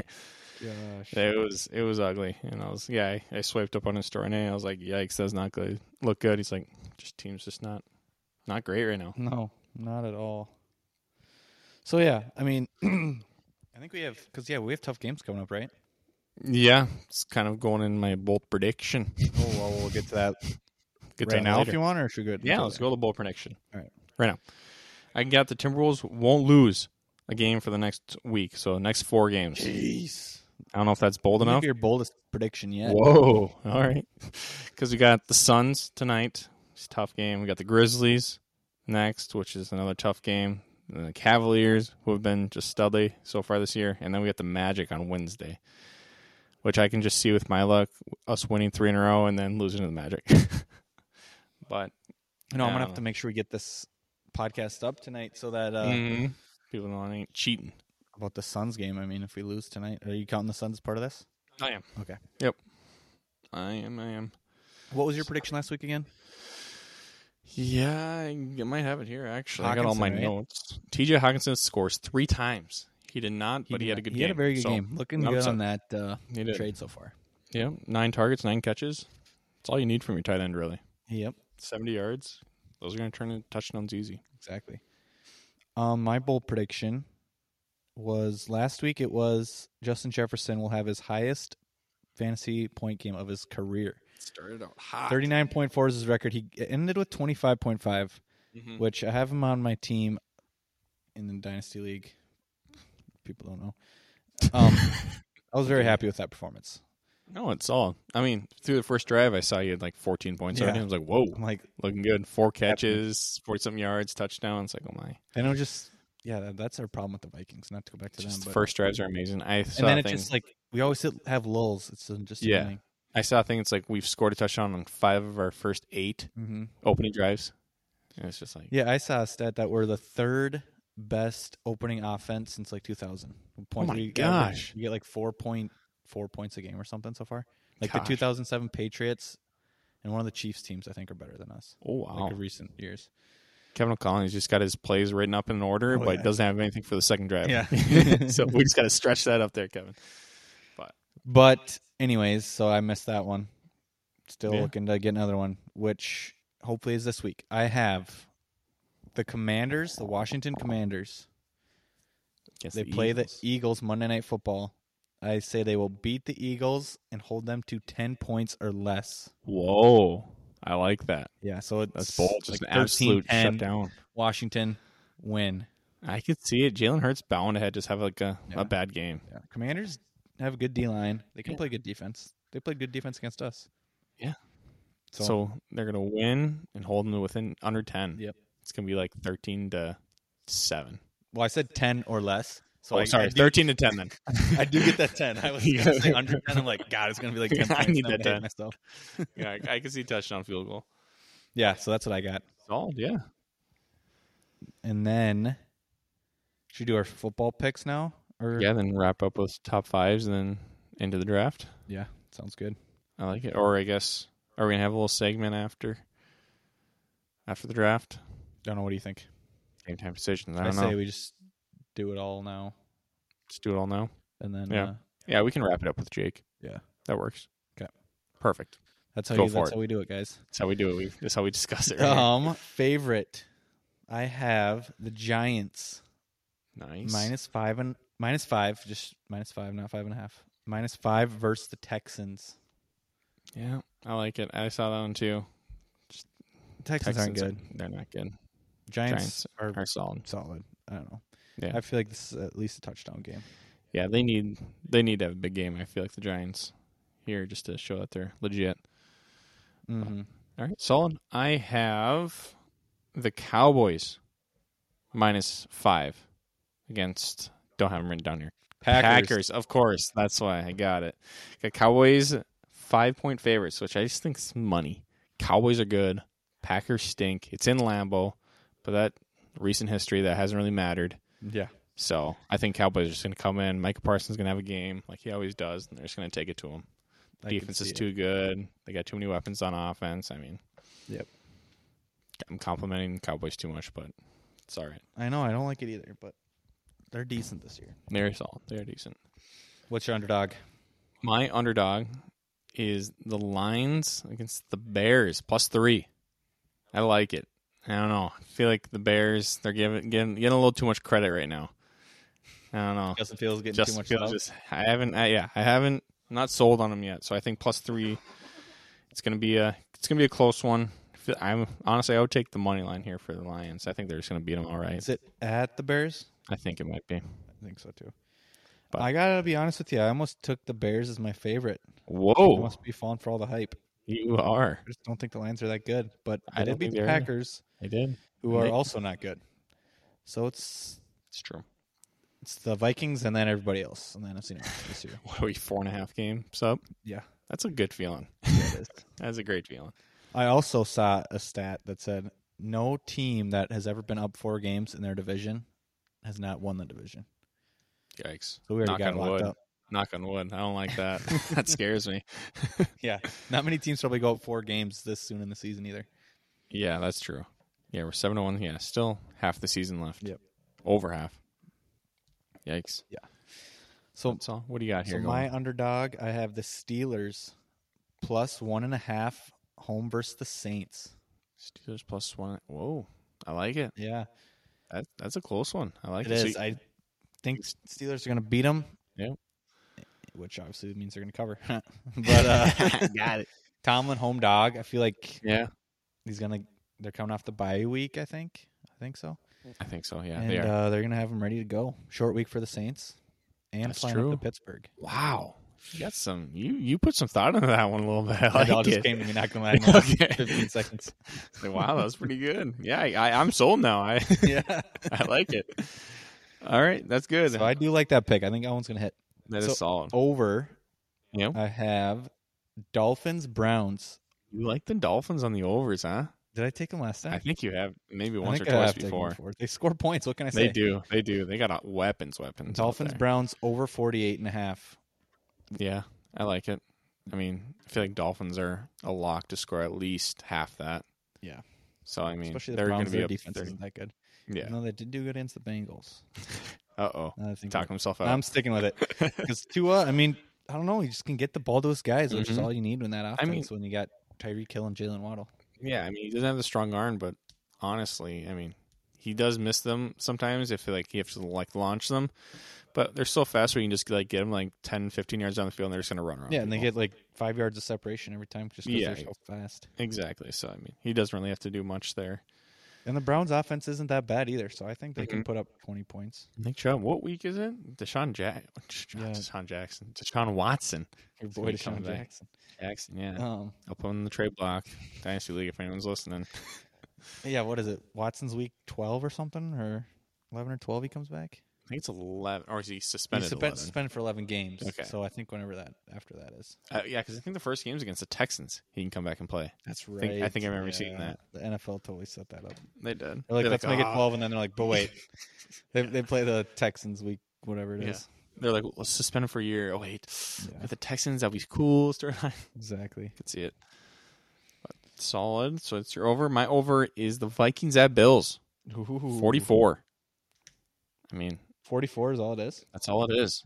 Speaker 1: Gosh,
Speaker 2: It was it was ugly, and I was yeah. I, I swiped up on his story, and I was like, "Yikes, that's not good. Look good." He's like, "Just team's just not not great right now."
Speaker 1: no, not at all. So yeah, I mean, [clears throat] I think we have because yeah, we have tough games coming up, right?
Speaker 2: Yeah, it's kind of going in my bold prediction.
Speaker 1: [laughs] Oh well, we'll get to that
Speaker 2: Get to
Speaker 1: right
Speaker 2: that
Speaker 1: now
Speaker 2: later.
Speaker 1: if you want, or should we go?
Speaker 2: yeah, let's go to the bold prediction.
Speaker 1: All right.
Speaker 2: right now. I got the Timberwolves won't lose a game for the next week, so next four games.
Speaker 1: Jeez,
Speaker 2: I don't know if that's bold enough.
Speaker 1: your boldest prediction yet.
Speaker 2: Whoa! [laughs] All right, because we got the Suns tonight. It's a tough game. We got the Grizzlies next, which is another tough game. And then the Cavaliers, who have been just studly so far this year, and then we got the Magic on Wednesday, which I can just see with my luck, us winning three in a row and then losing to the Magic. [laughs] but
Speaker 1: You know, I'm gonna
Speaker 2: I don't
Speaker 1: have to make sure we get this podcast up tonight so that uh,
Speaker 2: mhm, people know I ain't cheating.
Speaker 1: about the Suns game. I mean, if we lose tonight, are you counting the Suns as part of this?
Speaker 2: I am.
Speaker 1: Okay.
Speaker 2: Yep. I am. I am.
Speaker 1: What was your prediction last week again?
Speaker 2: Yeah, I I might have it here actually. I got all
Speaker 1: Hockenson,
Speaker 2: my
Speaker 1: right?
Speaker 2: notes. TJ Hawkinson scores three times. He did not, but he had a good
Speaker 1: He
Speaker 2: game.
Speaker 1: had a very good
Speaker 2: So,
Speaker 1: game. Looking
Speaker 2: I'm
Speaker 1: good
Speaker 2: upset.
Speaker 1: on that uh,
Speaker 2: He did.
Speaker 1: trade so far.
Speaker 2: Yeah, nine targets, nine catches. That's all you need from your tight end, really.
Speaker 1: Yep,
Speaker 2: 70 yards. Those are going to turn into touchdowns easy.
Speaker 1: exactly. Um, my bold prediction was last week. It was Justin Jefferson will have his highest fantasy point game of his career.
Speaker 2: Started out hot.
Speaker 1: Thirty nine point four is his record. He ended with twenty five point five.
Speaker 2: Mm. Mm-hmm.
Speaker 1: which I have him on my team in the Dynasty League. People don't know. Um, I
Speaker 2: [laughs]
Speaker 1: was very happy with that performance.
Speaker 2: No, it's all. I mean, through the first drive, I saw you had like 14 points.
Speaker 1: Yeah.
Speaker 2: already. I was like, whoa,
Speaker 1: I'm like,
Speaker 2: looking good. Four catches, 40 something yards, touchdowns. Like, oh my.
Speaker 1: and it was just, yeah, that, that's our problem with the Vikings. Not to go back to
Speaker 2: Just
Speaker 1: them, but
Speaker 2: first drives are amazing. I
Speaker 1: and
Speaker 2: saw
Speaker 1: then it
Speaker 2: things-
Speaker 1: just like we always sit- have lulls. It's uh, just
Speaker 2: Yeah.
Speaker 1: annoying.
Speaker 2: I saw a thing. It's like we've scored a touchdown on five of our first eight
Speaker 1: hmm
Speaker 2: opening drives. And it's just like,
Speaker 1: Yeah, I saw a stat that we're the third best opening offense since like 2000. Point
Speaker 2: Oh my
Speaker 1: we average-
Speaker 2: gosh.
Speaker 1: you get like four point four points a game or something so far. Like
Speaker 2: Gosh.
Speaker 1: the 2007 Patriots and one of the Chiefs teams, I think, are better than us.
Speaker 2: oh wow.
Speaker 1: like of recent years.
Speaker 2: Kevin O'Connell's just got his plays written up in an order,
Speaker 1: Oh,
Speaker 2: but
Speaker 1: yeah.
Speaker 2: doesn't have anything for the second drive.
Speaker 1: Yeah.
Speaker 2: [laughs] so we just got to stretch that up there, Kevin.
Speaker 1: But anyways, so I missed that one. Still
Speaker 2: Yeah.
Speaker 1: looking to get another one, which hopefully is this week. I have the Commanders, the Washington Commanders.
Speaker 2: Against
Speaker 1: they play
Speaker 2: Eagles.
Speaker 1: the Eagles Monday Night Football. I say they will beat the Eagles and hold them to ten points or less.
Speaker 2: Whoa. I like that.
Speaker 1: Yeah, so it's
Speaker 2: That's bold. Just
Speaker 1: like
Speaker 2: an absolute
Speaker 1: 13-10,
Speaker 2: shutdown.
Speaker 1: Washington win.
Speaker 2: I could see it. Jalen Hurts bound to have- just have like a,
Speaker 1: Yeah.
Speaker 2: a bad game.
Speaker 1: Yeah. Commanders have a good D line. They can
Speaker 2: Yeah.
Speaker 1: play good defense. They played good defense against us.
Speaker 2: Yeah.
Speaker 1: So,
Speaker 2: So, they're gonna win and hold them to within under ten.
Speaker 1: Yep.
Speaker 2: It's gonna be like thirteen to seven.
Speaker 1: well, I said ten or less. So
Speaker 2: oh,
Speaker 1: I,
Speaker 2: sorry,
Speaker 1: I do-
Speaker 2: thirteen to ten
Speaker 1: [laughs]
Speaker 2: then.
Speaker 1: I do get that ten.
Speaker 2: [laughs]
Speaker 1: I was
Speaker 2: Yeah.
Speaker 1: gonna say under ten. I'm like, God, it's gonna
Speaker 2: [laughs]
Speaker 1: be like ten.
Speaker 2: I
Speaker 1: Points.
Speaker 2: need
Speaker 1: and I'm
Speaker 2: that
Speaker 1: gonna hate
Speaker 2: 10.
Speaker 1: myself.
Speaker 2: yeah, I, I could see touchdown field goal.
Speaker 1: Yeah, so that's what I got.
Speaker 2: Solid, yeah.
Speaker 1: And then should we do our football picks now? Or
Speaker 2: Yeah, then wrap up with top fives and then into the draft.
Speaker 1: Yeah, sounds good.
Speaker 2: I like it. Or I guess are we gonna have a little segment after after the draft?
Speaker 1: Don't know what do you think.
Speaker 2: Game time decisions. I
Speaker 1: I,
Speaker 2: don't know.
Speaker 1: say we just do it all now,
Speaker 2: Let's do it all now.
Speaker 1: and then
Speaker 2: Yeah.
Speaker 1: uh,
Speaker 2: Yeah, we can wrap it up with Jake.
Speaker 1: Yeah.
Speaker 2: That works.
Speaker 1: 'Kay.
Speaker 2: Perfect.
Speaker 1: that's how
Speaker 2: Go
Speaker 1: you,
Speaker 2: for
Speaker 1: that's
Speaker 2: it.
Speaker 1: how we do it,
Speaker 2: [laughs]
Speaker 1: guys.
Speaker 2: That's how we do it. We that's how we discuss
Speaker 1: [laughs]
Speaker 2: it. Right
Speaker 1: Um, favorite. I have the Giants
Speaker 2: here. Nice.
Speaker 1: minus five and minus five, just minus five, not five and a half. Minus five versus the Texans.
Speaker 2: Yeah, I like it. I saw that one too.
Speaker 1: Texans, aren't good.
Speaker 2: They're not good.
Speaker 1: Giants, are
Speaker 2: Are solid.
Speaker 1: solid. I don't know.
Speaker 2: Yeah.
Speaker 1: I feel like this is at least a touchdown game.
Speaker 2: Yeah, they need they need to have a big game. I feel like the Giants here just to show that they're legit.
Speaker 1: Mm-hmm.
Speaker 2: All right, solid. I have the Cowboys minus five against. Don't have them written down here. of course. That's why I got it. Got Cowboys five point favorites, which I just think is money. Cowboys are good. Packers stink. It's in Lambeau, but that recent history that hasn't really mattered.
Speaker 1: Yeah.
Speaker 2: So I think Cowboys are just going to come in. Micah Parsons going to have a game like he always does, and they're just going to take it to him.
Speaker 1: I can
Speaker 2: Defense
Speaker 1: see
Speaker 2: is
Speaker 1: it.
Speaker 2: too good. They got too many weapons on offense. I mean,
Speaker 1: Yep.
Speaker 2: I'm complimenting Cowboys too much, but it's all right.
Speaker 1: I know. I don't like it either, but they're decent this year.
Speaker 2: They're solid. They're decent.
Speaker 1: What's your underdog?
Speaker 2: My underdog is the Lions against the Bears plus three. I like it. I don't know. I feel like the Bears they're giving getting, getting a little too much credit right now. I don't know.
Speaker 1: Justin Fields getting
Speaker 2: Justin
Speaker 1: too much
Speaker 2: Fields
Speaker 1: love.
Speaker 2: just I haven't I, yeah I haven't I'm not sold on him yet. So I think plus three. It's gonna be a it's gonna be a close one. If- I'm honestly I would take the money line here for the Lions. I think they're just gonna beat them all right.
Speaker 1: Is it at the Bears?
Speaker 2: I think it might be.
Speaker 1: I think so too.
Speaker 2: But-
Speaker 1: I gotta be honest with you. I almost took the Bears as my favorite. I
Speaker 2: Whoa,
Speaker 1: must be falling for all the hype.
Speaker 2: you are.
Speaker 1: I just don't think the Lions are that good. But
Speaker 2: I
Speaker 1: I did
Speaker 2: don't
Speaker 1: beat
Speaker 2: think
Speaker 1: the
Speaker 2: they are either.
Speaker 1: Packers,
Speaker 2: I did.
Speaker 1: who are
Speaker 2: They-
Speaker 1: also not good. So it's
Speaker 2: It's true.
Speaker 1: it's the Vikings and then everybody else and then I've seen it this year.
Speaker 2: What are we four and a half games up?
Speaker 1: Yeah.
Speaker 2: That's a good feeling.
Speaker 1: [laughs] Yeah, it is.
Speaker 2: [laughs] That's a great feeling.
Speaker 1: I also saw a stat that said no team that has ever been up four games in their division has not won the division.
Speaker 2: Yikes.
Speaker 1: So we already
Speaker 2: Knock
Speaker 1: got
Speaker 2: on
Speaker 1: locked
Speaker 2: wood.
Speaker 1: up.
Speaker 2: Knock on wood. I don't
Speaker 1: [laughs]
Speaker 2: like that. that scares me.
Speaker 1: Yeah, not many teams probably go up four games this soon in the season either.
Speaker 2: Yeah, that's true. Yeah, we're seven to one. Yeah, still half the season left.
Speaker 1: Yep.
Speaker 2: Over half. Yikes.
Speaker 1: So
Speaker 2: That's all. What do you got
Speaker 1: So
Speaker 2: here?
Speaker 1: my underdog, I have the Steelers plus one and a half home versus the Saints.
Speaker 2: Gordon? Steelers plus one. Whoa. I like it.
Speaker 1: Yeah,
Speaker 2: That, that's a close one. I like
Speaker 1: it
Speaker 2: it.
Speaker 1: is.
Speaker 2: So
Speaker 1: I think Steelers are going to beat them.
Speaker 2: Yep.
Speaker 1: Which obviously means they're going to cover. [laughs] but uh,
Speaker 2: [laughs]
Speaker 1: [laughs]
Speaker 2: got it.
Speaker 1: Tomlin home dog. I feel like
Speaker 2: Yeah,
Speaker 1: he's going to. They're coming off the bye week. I think. I think so.
Speaker 2: I think so. Yeah,
Speaker 1: and
Speaker 2: they are.
Speaker 1: Uh, they're going to have them ready to go. Short week for the Saints, and
Speaker 2: That's
Speaker 1: flying
Speaker 2: true.
Speaker 1: up to Pittsburgh.
Speaker 2: wow, you got some. You you put some thought into that one a little bit. [laughs] I
Speaker 1: That all
Speaker 2: like
Speaker 1: just
Speaker 2: it.
Speaker 1: came to me not
Speaker 2: [laughs]
Speaker 1: going to lie.
Speaker 2: Okay.
Speaker 1: Fifteen
Speaker 2: [laughs]
Speaker 1: seconds.
Speaker 2: wow, that was pretty good. Yeah, I, I, I'm sold now. I [laughs]
Speaker 1: yeah.
Speaker 2: I like it. All right, that's good.
Speaker 1: So I do like that pick. I think that one's going to hit.
Speaker 2: That is
Speaker 1: so-
Speaker 2: solid.
Speaker 1: over.
Speaker 2: Yeah.
Speaker 1: I have Dolphins Browns.
Speaker 2: You like the Dolphins on the overs, huh?
Speaker 1: Did I take them last time?
Speaker 2: I think you have maybe
Speaker 1: I
Speaker 2: once or
Speaker 1: think I
Speaker 2: twice
Speaker 1: have taken 'em
Speaker 2: before.
Speaker 1: They score points. What can I say?
Speaker 2: They do. They do. They got uh, weapons. Weapons. out
Speaker 1: Dolphins
Speaker 2: there.
Speaker 1: Browns over 48 and a half.
Speaker 2: Yeah, I like it. I mean, I feel like Dolphins are a lock to score at least half that.
Speaker 1: Yeah.
Speaker 2: So I mean,
Speaker 1: Especially the
Speaker 2: they're going
Speaker 1: Browns
Speaker 2: to be
Speaker 1: their
Speaker 2: up
Speaker 1: defense
Speaker 2: 30.
Speaker 1: isn't that good.
Speaker 2: Yeah.
Speaker 1: No, they did do good against the Bengals.
Speaker 2: Uh oh.
Speaker 1: Now that I think
Speaker 2: Talk
Speaker 1: about
Speaker 2: himself
Speaker 1: it.
Speaker 2: out.
Speaker 1: I'm sticking
Speaker 2: [laughs]
Speaker 1: with it cuz Tua, I mean, I don't know, you just can get the ball to those guys, which is
Speaker 2: Mhm.
Speaker 1: all you need when that offense
Speaker 2: mean- Oh,
Speaker 1: when you got Tyreek Hill and Jalen Waddle.
Speaker 2: yeah, I mean, he doesn't have the strong arm, but honestly, I mean, he does miss them sometimes if like you have to like launch them, but they're so fast where you can just like get them like 10, 15 yards down the field and they're just going to run around.
Speaker 1: Yeah, and they
Speaker 2: people.
Speaker 1: get like 5 yards of separation every time just cuz
Speaker 2: Yeah.
Speaker 1: they're so fast.
Speaker 2: exactly. So I mean, he doesn't really have to do much there.
Speaker 1: And the Browns offense isn't that bad either, so I think they can
Speaker 2: Mhm.
Speaker 1: put up 20 points.
Speaker 2: Nick Chubb, what week is it? Deshaun Jack, Deshaun,
Speaker 1: Yeah.
Speaker 2: Deshaun Jackson, Deshaun Watson,
Speaker 1: Your
Speaker 2: It's
Speaker 1: boy
Speaker 2: gonna be
Speaker 1: Deshaun
Speaker 2: coming back.
Speaker 1: Jackson.
Speaker 2: Jackson. Yeah,
Speaker 1: Um,
Speaker 2: I'll put him in the trade block. Dynasty League, if anyone's listening.
Speaker 1: yeah, what is it? Watson's week twelve or something, or eleven or twelve? He comes back.
Speaker 2: I think it's eleven, or is he
Speaker 1: He's
Speaker 2: suspended?
Speaker 1: suspended,
Speaker 2: 11?
Speaker 1: suspended for eleven games.
Speaker 2: Okay.
Speaker 1: So I think whenever that after that is.
Speaker 2: Uh, yeah, because I think the first game's against the Texans. He can come back and play.
Speaker 1: That's
Speaker 2: I think- I think I remember seeing that.
Speaker 1: The NFL totally set that up.
Speaker 2: They did.
Speaker 1: They're like,
Speaker 2: They're
Speaker 1: let's make it
Speaker 2: "Ah."
Speaker 1: twelve, and then they're like, but wait,
Speaker 2: [laughs]
Speaker 1: they, they play the Texans week, whatever it
Speaker 2: Yeah.
Speaker 1: is.
Speaker 2: They're like, let's suspend him for a year. Oh wait,
Speaker 1: Yeah.
Speaker 2: with the Texans, that'd be cool. [laughs] Storyline.
Speaker 1: Exactly.
Speaker 2: Could see it. But solid. So it's your over. My over is the Vikings at Bills.
Speaker 1: Ooh.
Speaker 2: Forty-four. I mean,
Speaker 1: 44 is all it is.
Speaker 2: That's all it is.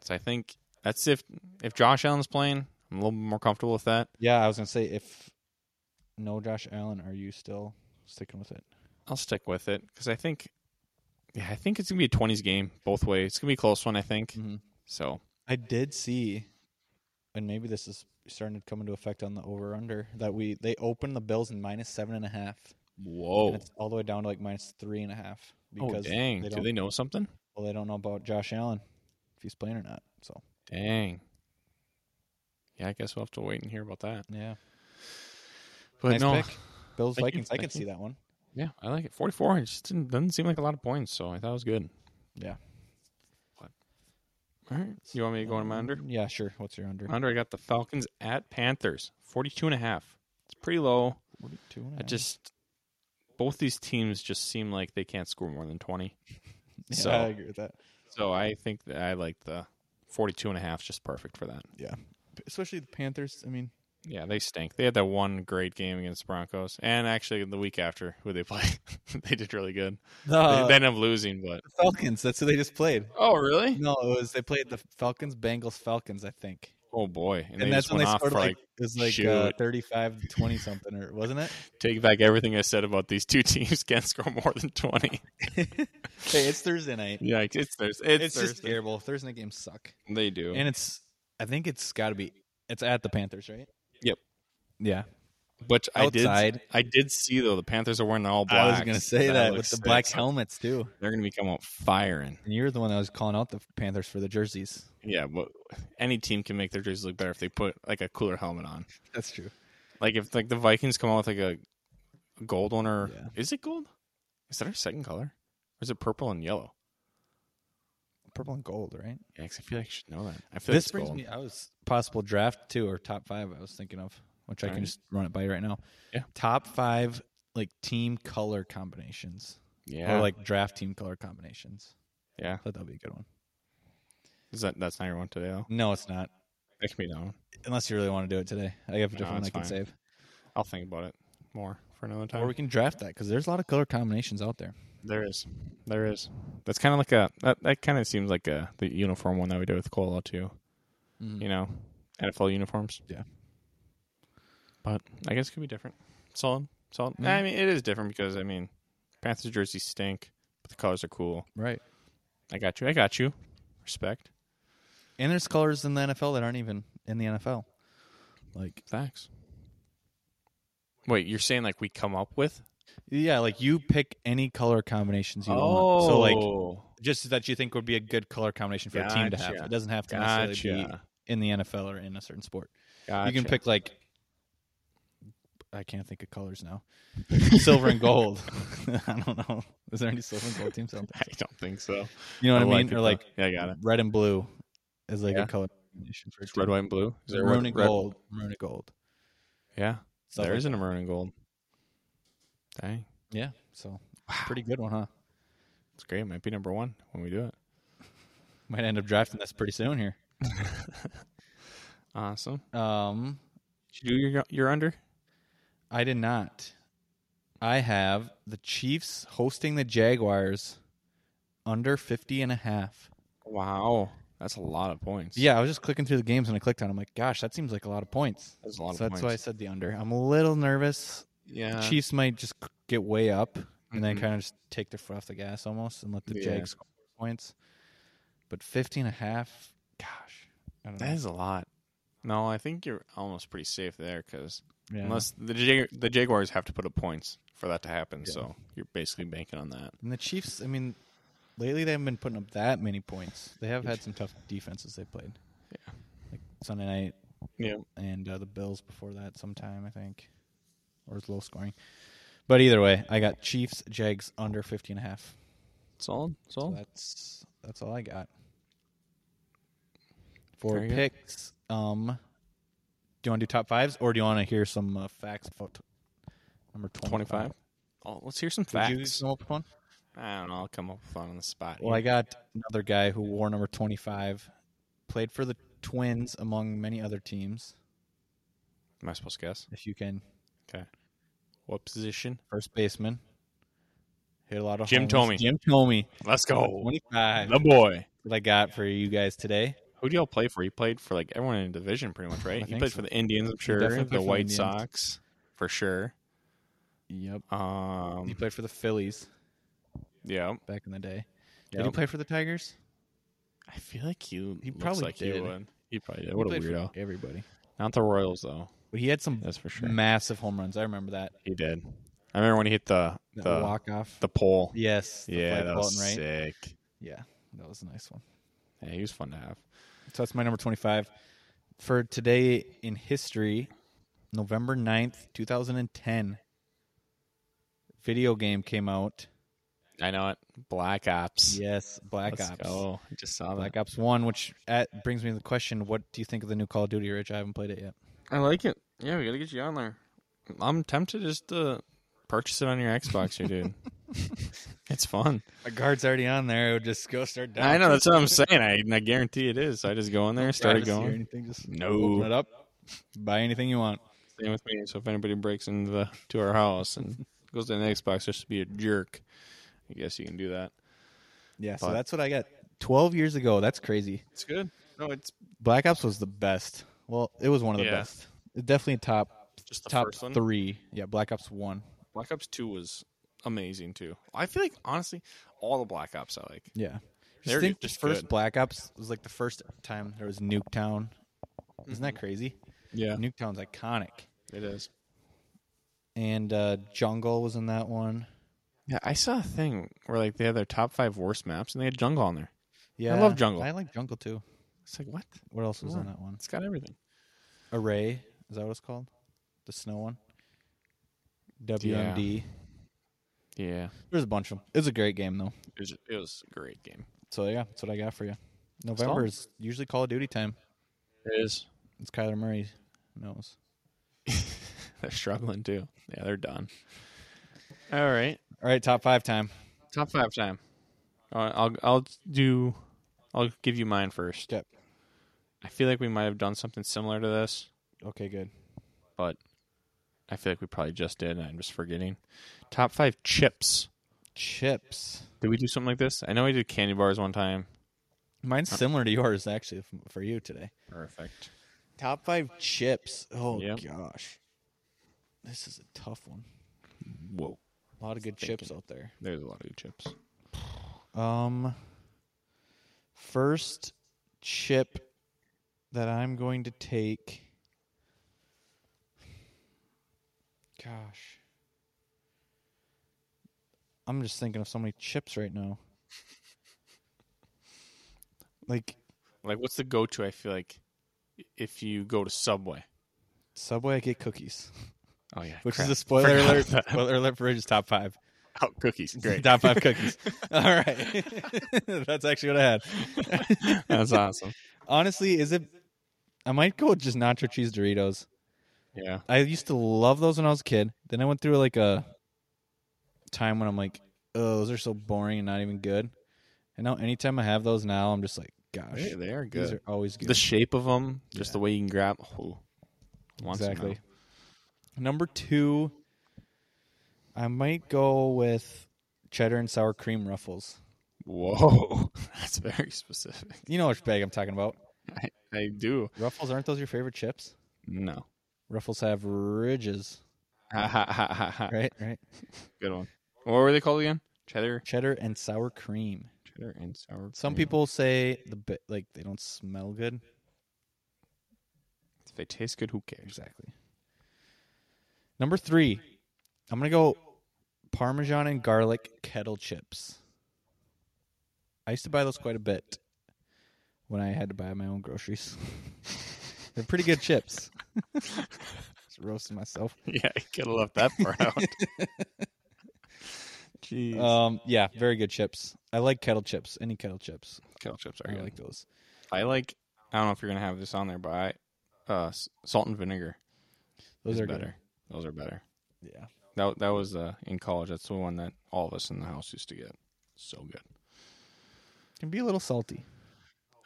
Speaker 2: So I think that's if if Josh Allen's playing, I'm a little more comfortable with that.
Speaker 1: Yeah, I was gonna say if no Josh Allen, are you still sticking with it?
Speaker 2: I'll stick with it because I think, yeah, I think it's gonna be a 20s game both ways. It's gonna be a close one, I think.
Speaker 1: Mhm.
Speaker 2: So
Speaker 1: I did see, and maybe this is starting to come into effect on the over under that we they opened the Bills in minus seven and a half, and
Speaker 2: whoa,
Speaker 1: it's all the way down to like minus three and a half
Speaker 2: oh
Speaker 1: because
Speaker 2: dang,
Speaker 1: they
Speaker 2: do
Speaker 1: don't
Speaker 2: they know something?
Speaker 1: well they don't know about Josh Allen if he's playing or not. So
Speaker 2: Dang. Yeah, I guess we'll have to wait and hear about that.
Speaker 1: yeah,
Speaker 2: But
Speaker 1: nice
Speaker 2: no,
Speaker 1: pick. Bills
Speaker 2: Thank you,
Speaker 1: Vikings. I can
Speaker 2: thank you.
Speaker 1: see that one.
Speaker 2: yeah, I like it. 44. It just didn't, doesn't seem like a lot of points, so I thought it was good.
Speaker 1: Yeah.
Speaker 2: But, all right, you want me to go on my under?
Speaker 1: Yeah, sure. What's your under?
Speaker 2: Under, I got the Falcons at Panthers, 42 and a half. It's pretty low.
Speaker 1: Two and a
Speaker 2: I
Speaker 1: half.
Speaker 2: just both these teams just seem like they can't score more than 20.
Speaker 1: yeah,
Speaker 2: so-
Speaker 1: I agree with that.
Speaker 2: So I think that I like the 42 and a half just perfect for that.
Speaker 1: Especially the Panthers. I mean,
Speaker 2: Yeah, they stink. They had that one great game against the Broncos and actually the week after who they [laughs] play. they did really good.
Speaker 1: the
Speaker 2: they, they ended up losing, but
Speaker 1: Falcons. That's who they just played.
Speaker 2: Oh, really?
Speaker 1: No, it was they played the Falcons, Bengals, Falcons. I think.
Speaker 2: Oh boy.
Speaker 1: and,
Speaker 2: And, they
Speaker 1: that's
Speaker 2: just
Speaker 1: when
Speaker 2: went
Speaker 1: they
Speaker 2: off for
Speaker 1: scored
Speaker 2: like,
Speaker 1: like, it was like uh,
Speaker 2: shoot.
Speaker 1: 35 to 20 something or wasn't
Speaker 2: [laughs]
Speaker 1: it
Speaker 2: take back everything I said about these two [laughs] teams can't score more than 20.
Speaker 1: hey it's thursday night
Speaker 2: yeah, it's Thursday. It's,
Speaker 1: it's, just
Speaker 2: Thursday.
Speaker 1: terrible thursday night games suck
Speaker 2: They do.
Speaker 1: and it's i think it's got to be it's at the panthers right
Speaker 2: Yep.
Speaker 1: yeah
Speaker 2: Which
Speaker 1: Outside.
Speaker 2: I did, I did see though. The Panthers are wearing all black.
Speaker 1: i was gonna say that with the black
Speaker 2: helmet,
Speaker 1: helmets too
Speaker 2: they're gonna be coming out firing.
Speaker 1: and you're the one that was calling out the panthers for the jerseys
Speaker 2: Yeah, but any team can make their jerseys look better if they put like a cooler helmet on.
Speaker 1: that's true
Speaker 2: Like if like the Vikings come out with like a gold one or
Speaker 1: Yeah.
Speaker 2: is it gold? Is that our second color? Or is it purple and yellow?
Speaker 1: Purple and gold, right?
Speaker 2: Yeah, 'cause I feel like I should know that. I feel
Speaker 1: This
Speaker 2: like
Speaker 1: brings
Speaker 2: it's gold.
Speaker 1: me. I was possible draft two or top five. I was thinking of, which I
Speaker 2: All
Speaker 1: can
Speaker 2: right.
Speaker 1: just run it by you right now.
Speaker 2: Yeah.
Speaker 1: Top five like team color combinations
Speaker 2: yeah,
Speaker 1: or like draft team color combinations.
Speaker 2: yeah.
Speaker 1: I thought that'd be a good one.
Speaker 2: Is that that's not your one today though?
Speaker 1: No, it's not.
Speaker 2: That can be that one.
Speaker 1: Unless you really want to do it today, I have a
Speaker 2: No,
Speaker 1: different one I
Speaker 2: it's
Speaker 1: can
Speaker 2: fine.
Speaker 1: save,
Speaker 2: I'll think about it more for another
Speaker 1: or
Speaker 2: time.
Speaker 1: we can draft that because there's a lot of color combinations out there.
Speaker 2: There is, there is. That's kind of like a that, that kind of seems like a the uniform one that we did with Cola too.
Speaker 1: Mhm.
Speaker 2: You know, NFL uniforms.
Speaker 1: Yeah.
Speaker 2: but I guess it could be different. Solid, solid.
Speaker 1: Mm-hmm.
Speaker 2: I mean, it is different because I mean, Panthers jerseys stink, but the colors are cool.
Speaker 1: Right.
Speaker 2: I got you. I got you. Respect.
Speaker 1: And there's colors in the NFL that aren't even in the NFL. Like
Speaker 2: Thanks. Wait, you're saying like we come up with?
Speaker 1: yeah, like you pick any color combinations you want. So
Speaker 2: Oh.
Speaker 1: like just that you think would be a good color combination for a team to have.
Speaker 2: Gotcha.
Speaker 1: It doesn't have to necessarily be
Speaker 2: gotcha.
Speaker 1: in the NFL or in a certain sport.
Speaker 2: gotcha.
Speaker 1: You can pick like I can't think of colors now. [laughs] silver and gold. [laughs] I don't know. Is there any silver and gold teams out there?
Speaker 2: [laughs] I don't think so.
Speaker 1: You know what I,
Speaker 2: like
Speaker 1: mean?
Speaker 2: it,
Speaker 1: or
Speaker 2: though.
Speaker 1: like
Speaker 2: yeah, I got it.
Speaker 1: red and blue is like
Speaker 2: Yeah.
Speaker 1: a color combination for a
Speaker 2: It's red,
Speaker 1: team.
Speaker 2: white, and blue. Is there
Speaker 1: maroon
Speaker 2: red,
Speaker 1: and
Speaker 2: red-
Speaker 1: gold. Maroon and gold.
Speaker 2: Yeah,
Speaker 1: Stuff
Speaker 2: there
Speaker 1: like
Speaker 2: is an maroon and gold. Dang,
Speaker 1: Yeah. So pretty good one, huh?
Speaker 2: it's great. It might be number one when we do it.
Speaker 1: Might end up drafting this pretty soon here.
Speaker 2: Awesome.
Speaker 1: Um,
Speaker 2: Did you do your your under?
Speaker 1: I did not. I have the Chiefs hosting the Jaguars under 50 and a half.
Speaker 2: Wow, that's a lot of points.
Speaker 1: Yeah, I was just clicking through the games and I clicked on. it. I'm like, gosh, that seems like a lot of points.
Speaker 2: that's a lot
Speaker 1: so
Speaker 2: of
Speaker 1: that's why I
Speaker 2: points.
Speaker 1: said the under. I'm a little nervous.
Speaker 2: yeah,
Speaker 1: the Chiefs might just c- get way up and then
Speaker 2: Mhm.
Speaker 1: kind of just take their foot off the gas almost and let the
Speaker 2: Yeah.
Speaker 1: Jags score points. But 50 and a half, gosh. I don't
Speaker 2: that
Speaker 1: know.
Speaker 2: is a lot. No, I think you're almost pretty safe there because
Speaker 1: Yeah.
Speaker 2: unless the Jag- the Jaguars have to put up points for that to happen,
Speaker 1: Yeah.
Speaker 2: so you're basically banking on that.
Speaker 1: And the Chiefs, I mean, lately they haven't been putting up that many points. They have had some tough defenses they played.
Speaker 2: Yeah.
Speaker 1: Like Sunday night
Speaker 2: Yeah,
Speaker 1: and uh, the Bills before that sometime, I think. Or it's low scoring. But either way, I got Chiefs, Jags under 50 and a half.
Speaker 2: solid,
Speaker 1: So
Speaker 2: solid.
Speaker 1: that's that's all I got. For
Speaker 2: Very good.
Speaker 1: picks, um do you want to do top 5s or do you want to hear some uh, facts about number 25?
Speaker 2: Twenty five. Oh, let's hear some
Speaker 1: Did
Speaker 2: facts.
Speaker 1: you come up with one?
Speaker 2: I don't know. I'll come up with one on the spot.
Speaker 1: Well, I got another guy who wore number 25, played for the Twins among many other teams,
Speaker 2: Am I supposed to guess?
Speaker 1: if you can.
Speaker 2: What position?
Speaker 1: First baseman. Hit a lot of
Speaker 2: Jim
Speaker 1: homers.
Speaker 2: Thome.
Speaker 1: Jim Tomey.
Speaker 2: Let's
Speaker 1: 25.
Speaker 2: The boy.
Speaker 1: What I got for you guys today.
Speaker 2: Who do y'all play for? He played for like everyone in the division pretty much, right?
Speaker 1: I
Speaker 2: He
Speaker 1: think
Speaker 2: played
Speaker 1: so.
Speaker 2: for the Indians, I'm sure.
Speaker 1: definitely played for
Speaker 2: The
Speaker 1: the
Speaker 2: White
Speaker 1: Indians.
Speaker 2: Sox, for sure.
Speaker 1: Yep. He
Speaker 2: Um,
Speaker 1: played for the Phillies
Speaker 2: yeah.
Speaker 1: back in the day. Did he
Speaker 2: Yep.
Speaker 1: play for the Tigers?
Speaker 2: I feel like he,
Speaker 1: He
Speaker 2: looks
Speaker 1: probably
Speaker 2: like he
Speaker 1: did.
Speaker 2: would. He probably did.
Speaker 1: He
Speaker 2: What a
Speaker 1: played for
Speaker 2: weirdo.
Speaker 1: Everybody.
Speaker 2: Not the Royals, though.
Speaker 1: But he had some
Speaker 2: That's for sure.
Speaker 1: massive home runs. I remember that.
Speaker 2: He did. I remember when he hit the
Speaker 1: That
Speaker 2: the,
Speaker 1: walk off.
Speaker 2: the pole.
Speaker 1: Yes. the
Speaker 2: yeah,
Speaker 1: fly
Speaker 2: that
Speaker 1: ball
Speaker 2: was
Speaker 1: and right.
Speaker 2: sick.
Speaker 1: Yeah, that was a nice one.
Speaker 2: Yeah, he was fun to have.
Speaker 1: So that's my number 25. For today in history, November 9th, 2010, video game came out.
Speaker 2: I know it. Black Ops.
Speaker 1: Yes, Black
Speaker 2: Let's
Speaker 1: Ops.
Speaker 2: go. I just saw that.
Speaker 1: Black Ops 1, which at, brings me to the question what do you think of the new Call of Duty, Rich? I haven't played it yet.
Speaker 2: I like it. Yeah, we gotta get you on there. I'm tempted just to purchase it on your Xbox, here, [laughs] dude. it's fun.
Speaker 1: My guard's already on there. It would just go start down.
Speaker 2: I know that's what I'm saying. I, I guarantee it is. So I just go in there, start it going.
Speaker 1: Anything, just
Speaker 2: No.
Speaker 1: Open it up. Buy anything you want.
Speaker 2: Same with me. So if anybody breaks into the to our house and goes to an Xbox just to be a jerk, I guess you can do that.
Speaker 1: Yeah, so
Speaker 2: But-
Speaker 1: that's what I got. 12 years ago. That's crazy.
Speaker 2: It's good. No, it's
Speaker 1: Black Ops was the best. Well, it was one of the
Speaker 2: Yeah.
Speaker 1: best. It definitely top
Speaker 2: just the
Speaker 1: top
Speaker 2: first one.
Speaker 1: three. Yeah, Black Ops one.
Speaker 2: Black Ops Two was amazing too. I feel like honestly, all the Black Ops I like.
Speaker 1: Yeah. Just
Speaker 2: They're
Speaker 1: think
Speaker 2: just
Speaker 1: the first
Speaker 2: good.
Speaker 1: Black Ops was like the first time there was Nuketown. Isn't
Speaker 2: Mm-hmm.
Speaker 1: that crazy?
Speaker 2: Yeah,
Speaker 1: Nuketown's iconic.
Speaker 2: it is.
Speaker 1: And uh, Jungle was in that one.
Speaker 2: Yeah, I saw a thing where like they had their top five worst maps and they had jungle on there.
Speaker 1: Yeah,
Speaker 2: love Jungle.
Speaker 1: I like Jungle too.
Speaker 2: It's like what?
Speaker 1: What else was
Speaker 2: Come
Speaker 1: on
Speaker 2: on.
Speaker 1: that one?
Speaker 2: It's got everything.
Speaker 1: Array is that what it's called? The snow one. WMD.
Speaker 2: Yeah,
Speaker 1: There's a bunch of them. It's a great game though.
Speaker 2: it was, it was a great game.
Speaker 1: So yeah, that's what I got for you. November is usually Call of Duty time.
Speaker 2: It is.
Speaker 1: It's Kyler Murray knows.
Speaker 2: They're struggling too. Yeah, they're done. All right,
Speaker 1: All right, top five time.
Speaker 2: top five time. Uh, I'll I'll do. I'll give you mine first.
Speaker 1: Yep.
Speaker 2: I feel like we might have done something similar to this.
Speaker 1: Okay, good.
Speaker 2: but I feel like we probably just did, and I'm just forgetting. Top five chips.
Speaker 1: Chips.
Speaker 2: Did we do something like this? I know I did candy bars one time.
Speaker 1: Mine's similar to yours actually f- for you today.
Speaker 2: Perfect.
Speaker 1: Top five chips. Oh
Speaker 2: Yep.
Speaker 1: gosh, this is a tough one.
Speaker 2: Whoa,
Speaker 1: A lot of good
Speaker 2: Thinking.
Speaker 1: chips out there.
Speaker 2: there's a lot of good chips.
Speaker 1: Um, first chip that I'm going to take. Gosh, I'm just thinking of so many chips right now. Like
Speaker 2: Like, what's the go-to? I feel like if you go to Subway.
Speaker 1: Subway, I get cookies, [laughs]
Speaker 2: Oh yeah,
Speaker 1: which
Speaker 2: crap.
Speaker 1: is a spoiler
Speaker 2: Forgot
Speaker 1: alert.
Speaker 2: about that.
Speaker 1: Spoiler alert for Ridge's top five.
Speaker 2: Oh, [laughs] cookies, great.
Speaker 1: Top five cookies. [laughs] All right, [laughs] that's actually what I had.
Speaker 2: [laughs] That's awesome.
Speaker 1: Honestly, is it? I might go with just nacho cheese Doritos.
Speaker 2: Yeah,
Speaker 1: I used to love those when I was a kid. Then I went through like a time when I'm like, oh, those are so boring and not even good. And now, anytime I have those now, I'm just like, gosh,
Speaker 2: they, they are
Speaker 1: these
Speaker 2: good.
Speaker 1: are always good.
Speaker 2: the shape of them, just the way you can grab. Oh, want some
Speaker 1: exactly.
Speaker 2: now.
Speaker 1: Number two, I might go with cheddar and sour cream ruffles.
Speaker 2: Whoa, [laughs] that's very specific.
Speaker 1: You know which bag I'm talking about.
Speaker 2: I, I do.
Speaker 1: Ruffles aren't those your favorite chips?
Speaker 2: No.
Speaker 1: Ruffles have ridges,
Speaker 2: Ha ha ha ha ha.
Speaker 1: right? Right.
Speaker 2: Good one. What were they called again? Cheddar.
Speaker 1: Cheddar and sour cream.
Speaker 2: Cheddar and sour.
Speaker 1: Some
Speaker 2: cream.
Speaker 1: people say the bi- like they don't smell good.
Speaker 2: if they taste good, who cares?
Speaker 1: Exactly. Number three, I'm gonna go Parmesan and garlic kettle chips. I used to buy those quite a bit when I had to buy my own groceries. [laughs] They're pretty good chips. [laughs] Just roasting myself.
Speaker 2: [laughs] Yeah, I could have left that part [laughs] out. Jeez.
Speaker 1: Um, yeah, very good chips. I like kettle chips. Any kettle chips,
Speaker 2: Kettle chips are
Speaker 1: I
Speaker 2: good.
Speaker 1: like those.
Speaker 2: I like. I don't know if you're gonna have this on there, but I, uh, s- salt and vinegar.
Speaker 1: Those
Speaker 2: is
Speaker 1: are
Speaker 2: better. Those are better.
Speaker 1: good. Yeah.
Speaker 2: That that was uh, in college. That's the one that all of us in the house used to get. So good.
Speaker 1: Can be a little salty.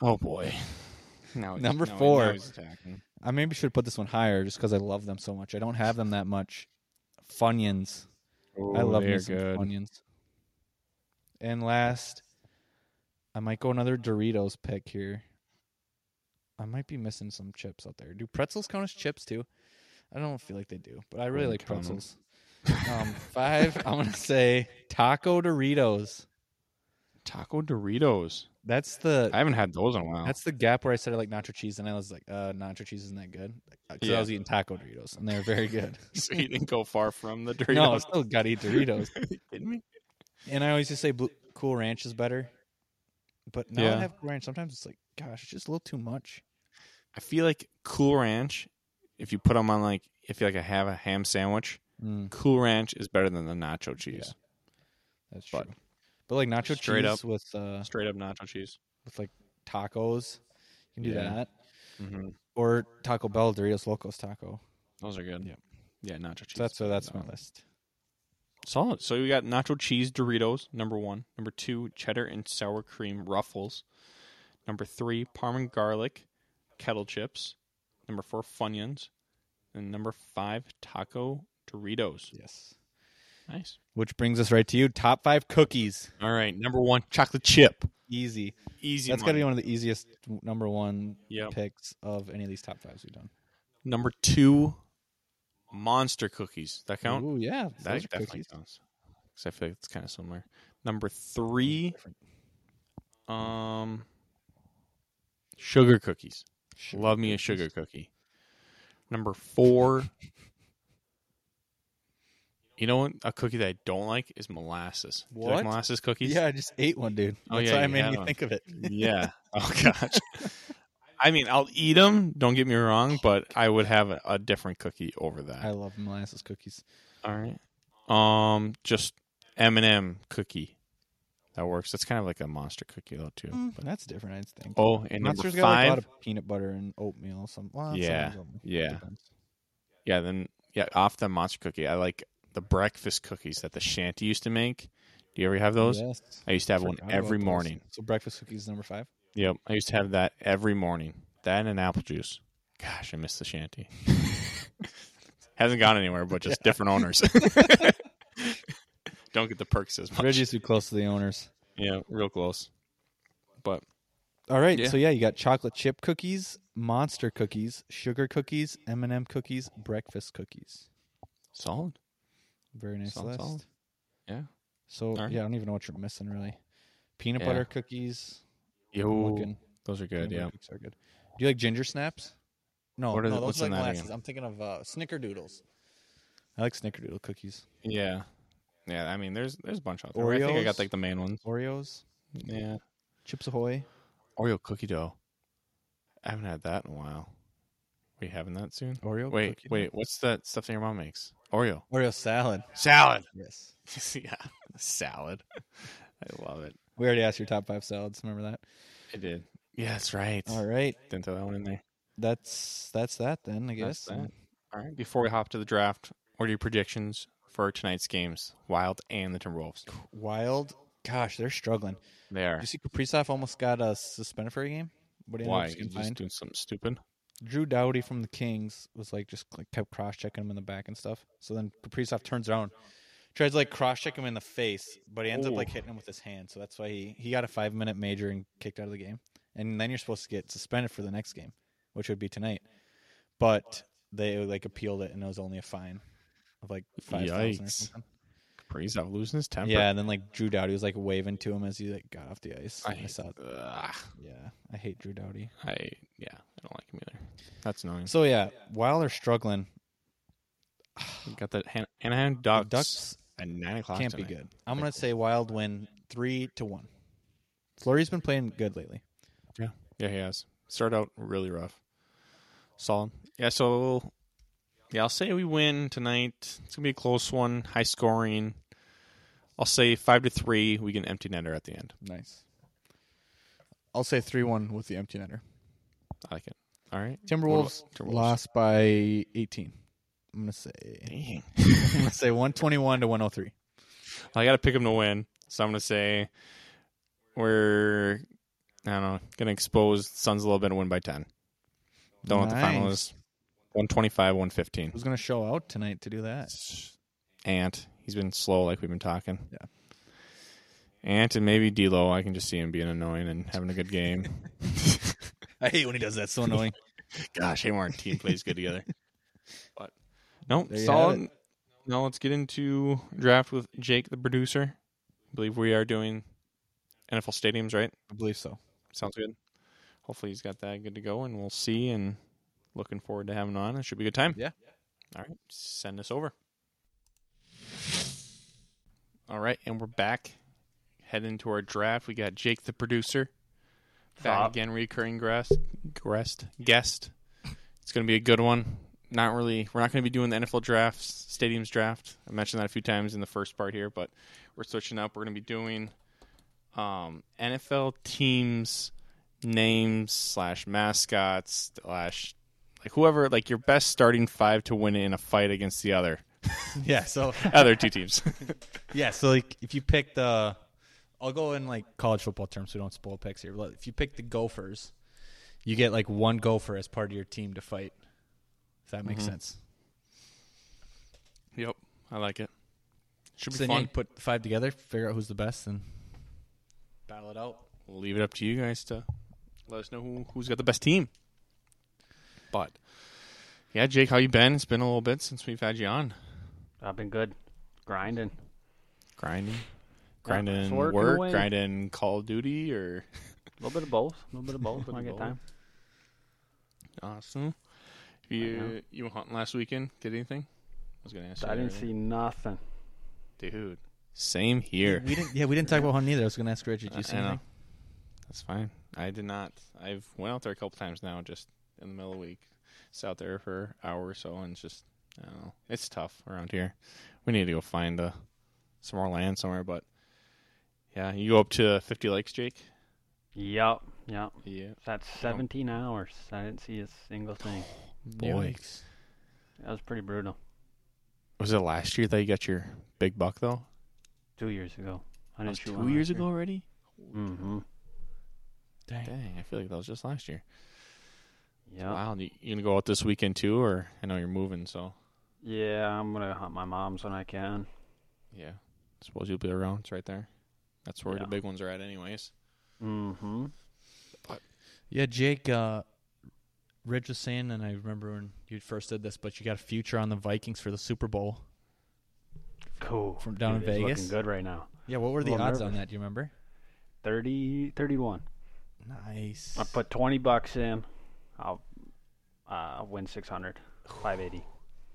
Speaker 2: Oh boy. [laughs] Now he's-
Speaker 1: Number
Speaker 2: now- now
Speaker 1: four.
Speaker 2: he's attacking.
Speaker 1: I maybe should put this one higher just because I love them so much. I don't have them that much. Funyuns. I
Speaker 2: Oh,
Speaker 1: love
Speaker 2: they
Speaker 1: me
Speaker 2: are
Speaker 1: some onions. And last, I might go another Doritos pick here. I might be missing some chips out there. Do pretzels count as chips too? I don't feel like they do, but I really like
Speaker 2: Wouldn't count 'em.
Speaker 1: pretzels. um, five, I'm gonna say taco Doritos.
Speaker 2: Taco Doritos.
Speaker 1: That's the
Speaker 2: I haven't had those in a while.
Speaker 1: that's the gap where I said I like nacho cheese, and I was like, uh, nacho cheese isn't that good because
Speaker 2: Yeah.
Speaker 1: I was eating taco Doritos, and they're very good.
Speaker 2: [laughs] so you didn't go far from the Doritos.
Speaker 1: no, I still gotta eat Doritos.
Speaker 2: [laughs] you kidding me?
Speaker 1: And I always just say blue, Cool Ranch is better. But now
Speaker 2: Yeah.
Speaker 1: I have Cool Ranch. Sometimes it's like, gosh, it's just a little too much.
Speaker 2: I feel like Cool Ranch. If you put them on like, if you like, I have a ham sandwich.
Speaker 1: Mm,
Speaker 2: Cool Ranch is better than the nacho cheese.
Speaker 1: that's true.
Speaker 2: But-
Speaker 1: But, like nacho
Speaker 2: Straight
Speaker 1: cheese
Speaker 2: up.
Speaker 1: with uh,
Speaker 2: Straight up nacho cheese.
Speaker 1: with like tacos, you can do
Speaker 2: Yeah.
Speaker 1: that.
Speaker 2: Mm-hmm.
Speaker 1: Or Taco Bell Doritos Locos Taco.
Speaker 2: Those are good.
Speaker 1: Yeah.
Speaker 2: Yeah, nacho cheese.
Speaker 1: So that's so that's my
Speaker 2: solid.
Speaker 1: list.
Speaker 2: solid. So we got nacho cheese Doritos number one, number two cheddar and sour cream ruffles, number three parm and garlic kettle chips, number four Funyuns, and number five taco Doritos.
Speaker 1: Yes.
Speaker 2: Nice.
Speaker 1: Which brings us right to you. Top five cookies.
Speaker 2: All right, number one chocolate chip.
Speaker 1: Easy.
Speaker 2: Easy.
Speaker 1: That's got to be one of the easiest number one
Speaker 2: Yeah.
Speaker 1: picks of any of these top fives we've done.
Speaker 2: Number two, monster cookies. That count?
Speaker 1: Ooh, yeah.
Speaker 2: that
Speaker 1: those are
Speaker 2: definitely
Speaker 1: cookies.
Speaker 2: counts. Because I feel like it's kind of similar. Number three,
Speaker 1: Different.
Speaker 2: um, sugar cookies.
Speaker 1: Sugar
Speaker 2: Love me a sugar cookie. Number
Speaker 1: [laughs]
Speaker 2: four, you know what? A cookie that I don't like is molasses. Do you like
Speaker 1: What?
Speaker 2: molasses cookies?
Speaker 1: Yeah, I just ate one, dude.
Speaker 2: Oh,
Speaker 1: That's
Speaker 2: yeah,
Speaker 1: why I
Speaker 2: you
Speaker 1: made
Speaker 2: had
Speaker 1: me
Speaker 2: one.
Speaker 1: think of it. [laughs]
Speaker 2: Yeah. Oh gosh. I mean, I'll eat them. Don't get me
Speaker 1: Oh,
Speaker 2: wrong, but I would have a, a different cookie over that.
Speaker 1: I love molasses cookies.
Speaker 2: All right. Um, just M&M cookie. That works. That's kind of like a monster cookie though too.
Speaker 3: Mm,
Speaker 2: but-
Speaker 1: That's different, I think.
Speaker 2: oh, and number
Speaker 1: Monster's got like, a lot
Speaker 2: five.
Speaker 1: of peanut butter and oatmeal. Some, well, some
Speaker 2: Yeah,
Speaker 1: of them.
Speaker 2: yeah,
Speaker 1: Depends.
Speaker 2: yeah. Then yeah, off the monster cookie. I like the breakfast cookies that the shanty used to make. Do you ever have those?
Speaker 1: Yes.
Speaker 2: I used to have one
Speaker 1: Forgot about
Speaker 2: every
Speaker 1: those.
Speaker 2: morning.
Speaker 1: So breakfast cookies number
Speaker 2: [laughs]
Speaker 1: five.
Speaker 2: Yep, I used to have that every morning. That and an apple juice. Gosh, I miss the shanty. [laughs] Hasn't gone anywhere,
Speaker 1: [laughs]
Speaker 2: but just different owners. [laughs] Don't get the perks as much.
Speaker 1: They're just too close to the owners.
Speaker 2: Yeah, real close. But
Speaker 1: All right,
Speaker 2: Yeah.
Speaker 1: so yeah, you got chocolate chip cookies, monster cookies, sugar cookies, M and m cookies, breakfast cookies.
Speaker 2: solid.
Speaker 1: Very nice
Speaker 2: Sounds
Speaker 1: list.
Speaker 2: solid. Yeah.
Speaker 1: So
Speaker 2: All right.
Speaker 1: yeah, I don't even know what you're missing really. Peanut
Speaker 2: Yeah.
Speaker 1: butter cookies. I'm
Speaker 2: Yo,
Speaker 1: looking.
Speaker 2: those are
Speaker 1: Peanut
Speaker 2: good.
Speaker 1: butter
Speaker 2: Yeah.
Speaker 1: cookies are good. Do you like ginger snaps? No,
Speaker 2: What are
Speaker 1: no,
Speaker 2: the-
Speaker 1: those
Speaker 2: what's
Speaker 1: are
Speaker 2: in
Speaker 1: like
Speaker 2: that
Speaker 1: molasses.
Speaker 2: again?
Speaker 1: I'm thinking of uh, snickerdoodles. I like snickerdoodle cookies.
Speaker 2: Yeah. Yeah, I mean, there's there's a bunch out there. but I think I got
Speaker 1: Oreos?
Speaker 2: like the main ones.
Speaker 1: Oreos,
Speaker 2: Yeah.
Speaker 1: Chips Ahoy.
Speaker 2: Oreo cookie dough. I haven't had that in a while. we having that soon?
Speaker 1: Oreo.
Speaker 2: Wait,
Speaker 1: cookie dough.
Speaker 2: wait. What's that stuff that your mom makes? Oreo
Speaker 1: Oreo salad.
Speaker 2: salad. [laughs]
Speaker 1: Yes.
Speaker 2: yeah, salad. [laughs] I love it.
Speaker 1: We already asked your top five salads. Remember that?
Speaker 2: I did. Yeah, that's right.
Speaker 1: All right.
Speaker 2: Didn't throw that one in there.
Speaker 1: That's that's that then. I guess.
Speaker 2: That's that. All right. Before we hop to the draft, what are your predictions for tonight's games? Wild and the Timberwolves.
Speaker 1: Wild. Gosh, they're struggling.
Speaker 2: They are.
Speaker 1: You see, Kaprizov almost got uh, suspended for a game. What do you
Speaker 2: Why?
Speaker 1: think
Speaker 2: He's just doing something stupid.
Speaker 1: Drew Doughty from the Kings was like just like kept cross checking him in the back and stuff. So then Kaprizov turns around, tries to like cross check him in the face, but he ends up like
Speaker 2: Ooh.
Speaker 1: hitting him with his hand. So that's why he he got a five minute major and kicked out of the game. And then you're supposed to get suspended for the next game, which would be tonight. But they like appealed it, and it was only a fine of like five thousand or
Speaker 2: Yikes.
Speaker 1: something.
Speaker 2: Kaprizov losing his temper.
Speaker 1: Yeah, and then like Drew Doughty was like waving to him as he like got off the ice.
Speaker 2: I,
Speaker 1: I,
Speaker 2: hate-
Speaker 1: saw. It.
Speaker 2: Ugh.
Speaker 1: Yeah, I hate Drew Doughty.
Speaker 2: I yeah. I don't like him either. That's annoying.
Speaker 1: So yeah, while they're struggling,
Speaker 2: We got the Han- Anaheim
Speaker 1: the
Speaker 2: Ducks,
Speaker 1: Ducks
Speaker 2: at nine o'clock.
Speaker 1: can't be good. I'm gonna say Wild win three to one. Flurry's been playing good lately.
Speaker 2: Yeah, he has. Started out really rough. Solid. Yeah, so yeah, I'll say we win tonight. It's gonna be a close one, high scoring. I'll say five to three. We get an empty netter at the end.
Speaker 1: Nice. I'll say three one with the empty netter.
Speaker 2: I like it. All right.
Speaker 1: Timberwolves,
Speaker 2: Timberwolves.
Speaker 1: lost by eighteen. I'm gonna say
Speaker 2: Dang.
Speaker 1: I'm gonna say one twenty one to one oh three.
Speaker 2: [laughs] I gotta pick him to win. So I'm gonna say we're I don't know, gonna expose the Suns a little bit and win by ten. Don't know what the final
Speaker 1: Nice.
Speaker 2: is. One twenty five, one fifteen.
Speaker 1: Who's gonna show out tonight to do that?
Speaker 2: Ant. He's been slow, like we've been talking.
Speaker 1: Yeah.
Speaker 2: Ant and maybe D'Lo. I can just see him being annoying and having a good game.
Speaker 1: I hate when he does that. So annoying.
Speaker 2: [laughs] Gosh, hey, our team plays good together. But no,
Speaker 1: There you have
Speaker 2: solid. Now let's get into draft with Jake, the producer. I believe we are doing NFL stadiums, right?
Speaker 1: [laughs] I believe so.
Speaker 2: Sounds good. Hopefully he's got that good to go, and we'll see. And looking forward to having him on. It should be a good time.
Speaker 1: Yeah.
Speaker 2: All right, send us over. All right, and we're back. Head into our draft. We got Jake, the producer, back
Speaker 3: Bob.
Speaker 2: again, recurring guest. Guest. Guest. It's going to be a good one. Not really. We're not going to be doing the NFL drafts, stadiums draft. I mentioned that a few times in the first part here, but we're switching up. We're going to be doing um, NFL teams names slash mascots slash like whoever like your best starting five to win it in a fight against the other
Speaker 1: Yeah. So
Speaker 2: other two teams. [laughs]
Speaker 1: Yeah, so like if you pick the, I'll go in like college football terms so we don't spoil picks here. But if you pick the Gophers, you get like one Gopher as part of your team to fight. If that makes sense.
Speaker 2: yep, I like it. Should
Speaker 1: So
Speaker 2: be
Speaker 1: then
Speaker 2: fun.
Speaker 1: you put the five together, figure out who's the best, and battle it out.
Speaker 2: We'll leave it up to you guys to let us know who who's got the best team. But yeah, Jake, how you been? It's been a little bit since we've had you on.
Speaker 3: I've been good, grinding.
Speaker 2: Grinding, grinding
Speaker 3: just
Speaker 2: work,
Speaker 3: working away.
Speaker 2: grinding Call of Duty, or
Speaker 3: A little bit of both. A little bit of both when I
Speaker 2: get time. awesome. If you you went hunting last weekend? Did anything? I was gonna ask. you
Speaker 4: I
Speaker 2: that
Speaker 4: didn't
Speaker 2: earlier.
Speaker 4: see nothing.
Speaker 2: dude. Same here. Uh,
Speaker 1: We didn't. Yeah, we didn't talk about one either. I was going to ask Reggie. Did
Speaker 2: I
Speaker 1: you see
Speaker 2: know.
Speaker 1: anything?
Speaker 2: That's fine. I did not. I've went out there a couple times now, just in the middle of the week. It's out there for an hour or so, and it's just I don't know. It's tough around here. We need to go find a some more land somewhere. But yeah, you go up to 50 lakes, Jake.
Speaker 3: Yup, yup.
Speaker 2: Yeah.
Speaker 3: That's 17 hours. I didn't see a single thing.
Speaker 2: Boy.
Speaker 3: That was pretty brutal.
Speaker 2: Was it last year that you got your big buck though?
Speaker 3: Two years ago.
Speaker 2: That
Speaker 3: I didn't
Speaker 2: was
Speaker 3: shoot
Speaker 2: two years ago already.
Speaker 3: Mm-hmm.
Speaker 1: Dang.
Speaker 2: Dang, I feel like that was just last year.
Speaker 3: Yeah.
Speaker 2: Wow, you, you gonna go out this weekend too, or I know you're moving, so
Speaker 3: Yeah, I'm gonna hunt my mom's when I can.
Speaker 2: yeah. Suppose you'll be around. It's right there. That's where
Speaker 3: Yeah.
Speaker 2: the big ones are at, anyways.
Speaker 3: Mm-hmm.
Speaker 1: Yeah, Jake. Uh, Ridge was saying, and I remember when you first did this, but you got a future on the Vikings for the Super Bowl.
Speaker 3: Cool.
Speaker 1: From down in
Speaker 3: Dude, it's
Speaker 1: Vegas?
Speaker 3: Looking good right now.
Speaker 1: Yeah, what were the
Speaker 3: Well,
Speaker 1: odds
Speaker 3: nervous.
Speaker 1: on that? Do you remember?
Speaker 3: 30, 31.
Speaker 1: Nice.
Speaker 3: I put 20 bucks in. I'll uh, win 600. 580.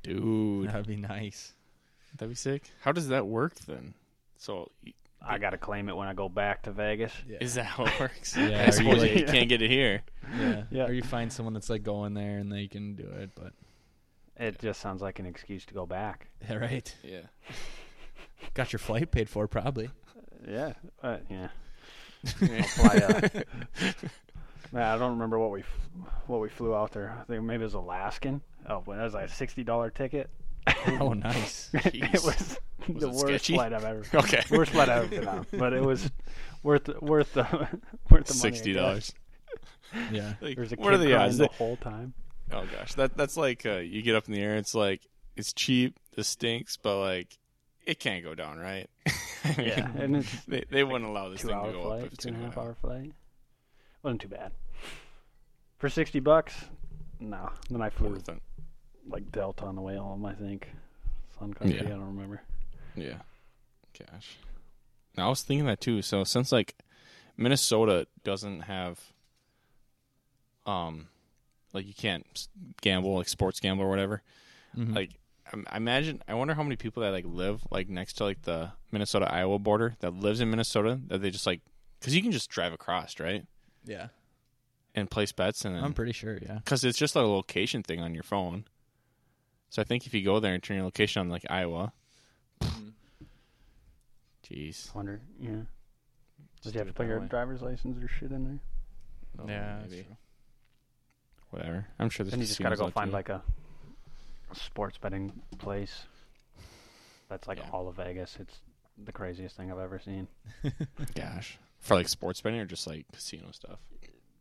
Speaker 2: Dude,
Speaker 1: That'd be [laughs] nice.
Speaker 2: [laughs] that'd be sick. How does that work then? So y-
Speaker 3: I gotta claim it when I go back to Vegas.
Speaker 1: Yeah.
Speaker 2: is that how it
Speaker 3: [laughs]
Speaker 2: works?
Speaker 1: Yeah, are
Speaker 2: I
Speaker 1: you
Speaker 2: suppose
Speaker 1: like-
Speaker 2: you can't get it here.
Speaker 1: yeah.
Speaker 3: Yeah.
Speaker 1: Or you find someone that's like going there and they can do it, but [laughs]
Speaker 3: It just sounds like an excuse to go back.
Speaker 1: yeah, right.
Speaker 2: Yeah.
Speaker 1: Got your flight paid for probably.
Speaker 3: Yeah. Uh,
Speaker 2: [laughs]
Speaker 3: yeah. I'll fly, uh, [laughs] man, I don't remember what we f- what we flew out there. I think maybe it was Alaskan. Oh, but that was like a sixty dollar ticket.
Speaker 1: [laughs] Oh, nice.
Speaker 3: [laughs] it
Speaker 2: Jeez.
Speaker 3: was, the
Speaker 2: it
Speaker 3: worst
Speaker 2: sketchy?
Speaker 3: flight I've ever
Speaker 2: [laughs] Okay.
Speaker 3: worst
Speaker 2: [laughs]
Speaker 3: flight I've ever been on. But it was worth worth the [laughs] worth the money I
Speaker 2: Sixty dollars.
Speaker 1: Yeah.
Speaker 3: got.
Speaker 2: Like,
Speaker 3: There's a kid
Speaker 2: what are the
Speaker 3: crying
Speaker 2: odds?
Speaker 3: the
Speaker 2: that-
Speaker 3: whole time.
Speaker 2: oh gosh, that that's like uh, you get up in the air. It's like it's cheap. This stinks, but like it can't go down, right? [laughs] I mean,
Speaker 3: Yeah, and it's
Speaker 2: they they wouldn't allow this
Speaker 3: two
Speaker 2: thing to
Speaker 3: hour
Speaker 2: go up if
Speaker 3: flight,
Speaker 2: it's
Speaker 3: two and a
Speaker 2: gonna
Speaker 3: half
Speaker 2: go
Speaker 3: hour flight. Wasn't too bad. For sixty bucks, no. Then I flew
Speaker 2: Worth it.
Speaker 3: like Delta on the way home, I think. Sun country,
Speaker 2: Yeah.
Speaker 3: I don't remember.
Speaker 2: Yeah. Gosh. Now, I was thinking that too. So since like Minnesota doesn't have, um, like you can't s- gamble like sports gamble or whatever.
Speaker 1: Mhm.
Speaker 2: Like I- I imagine, I wonder how many people that like live like next to like the Minnesota Iowa border that lives in Minnesota that they just like because you can just drive across right
Speaker 1: Yeah.
Speaker 2: and place bets and
Speaker 1: I'm
Speaker 2: then
Speaker 1: pretty sure, yeah.
Speaker 2: because it's just a location thing on your phone. So I think if you go there and turn your location on like Iowa, Mm-hmm. jeez.
Speaker 3: Wonder, yeah. Did
Speaker 2: Just
Speaker 3: you have
Speaker 2: do
Speaker 3: to
Speaker 2: it
Speaker 3: put
Speaker 2: that
Speaker 3: your
Speaker 2: way.
Speaker 3: driver's license or shit in there?
Speaker 2: Oh,
Speaker 1: yeah, that's
Speaker 2: maybe.
Speaker 1: true.
Speaker 2: Whatever. I'm sure this
Speaker 3: Then you just gotta go find like a sports betting place. That's like
Speaker 2: Yeah.
Speaker 3: all of Vegas. It's the craziest thing I've ever seen.
Speaker 2: gosh for like sports betting or just like casino stuff.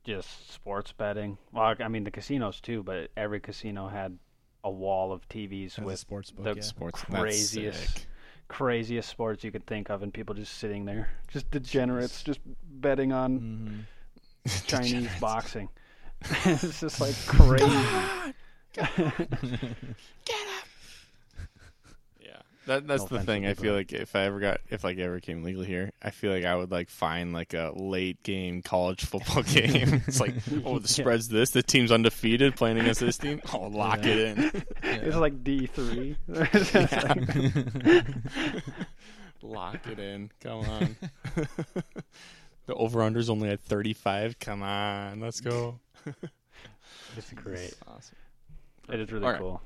Speaker 3: Just sports betting. Well, I mean the casinos too, but every casino had a wall of TVs
Speaker 1: As a
Speaker 3: with
Speaker 1: sports book,
Speaker 3: the-
Speaker 1: yeah.
Speaker 2: Sports
Speaker 3: Craziest.
Speaker 2: That's sick.
Speaker 3: craziest sports you could think of, and people just sitting there, just degenerates, just betting on
Speaker 1: [laughs] Mhm.
Speaker 3: Chinese
Speaker 2: Degenerates.
Speaker 3: boxing. [laughs] it's just like crazy. [laughs]
Speaker 2: Yeah. That that's
Speaker 3: No
Speaker 2: the
Speaker 3: offense
Speaker 2: thing.
Speaker 3: to
Speaker 2: I
Speaker 3: people.
Speaker 2: feel like if I ever got if like ever came legal here, I feel like I would like find like a late game college football [laughs] game. it's like, oh, the spread's this, the team's undefeated playing against this team. Oh, lock
Speaker 1: Yeah.
Speaker 2: it in.
Speaker 3: It's like
Speaker 1: [laughs]
Speaker 3: D [laughs] three.
Speaker 2: [laughs] Lock it in. Come on. [laughs] the over under's only at 35. Come on. Let's go.
Speaker 3: It's great.
Speaker 2: Awesome.
Speaker 3: It is really
Speaker 2: All right.
Speaker 3: cool.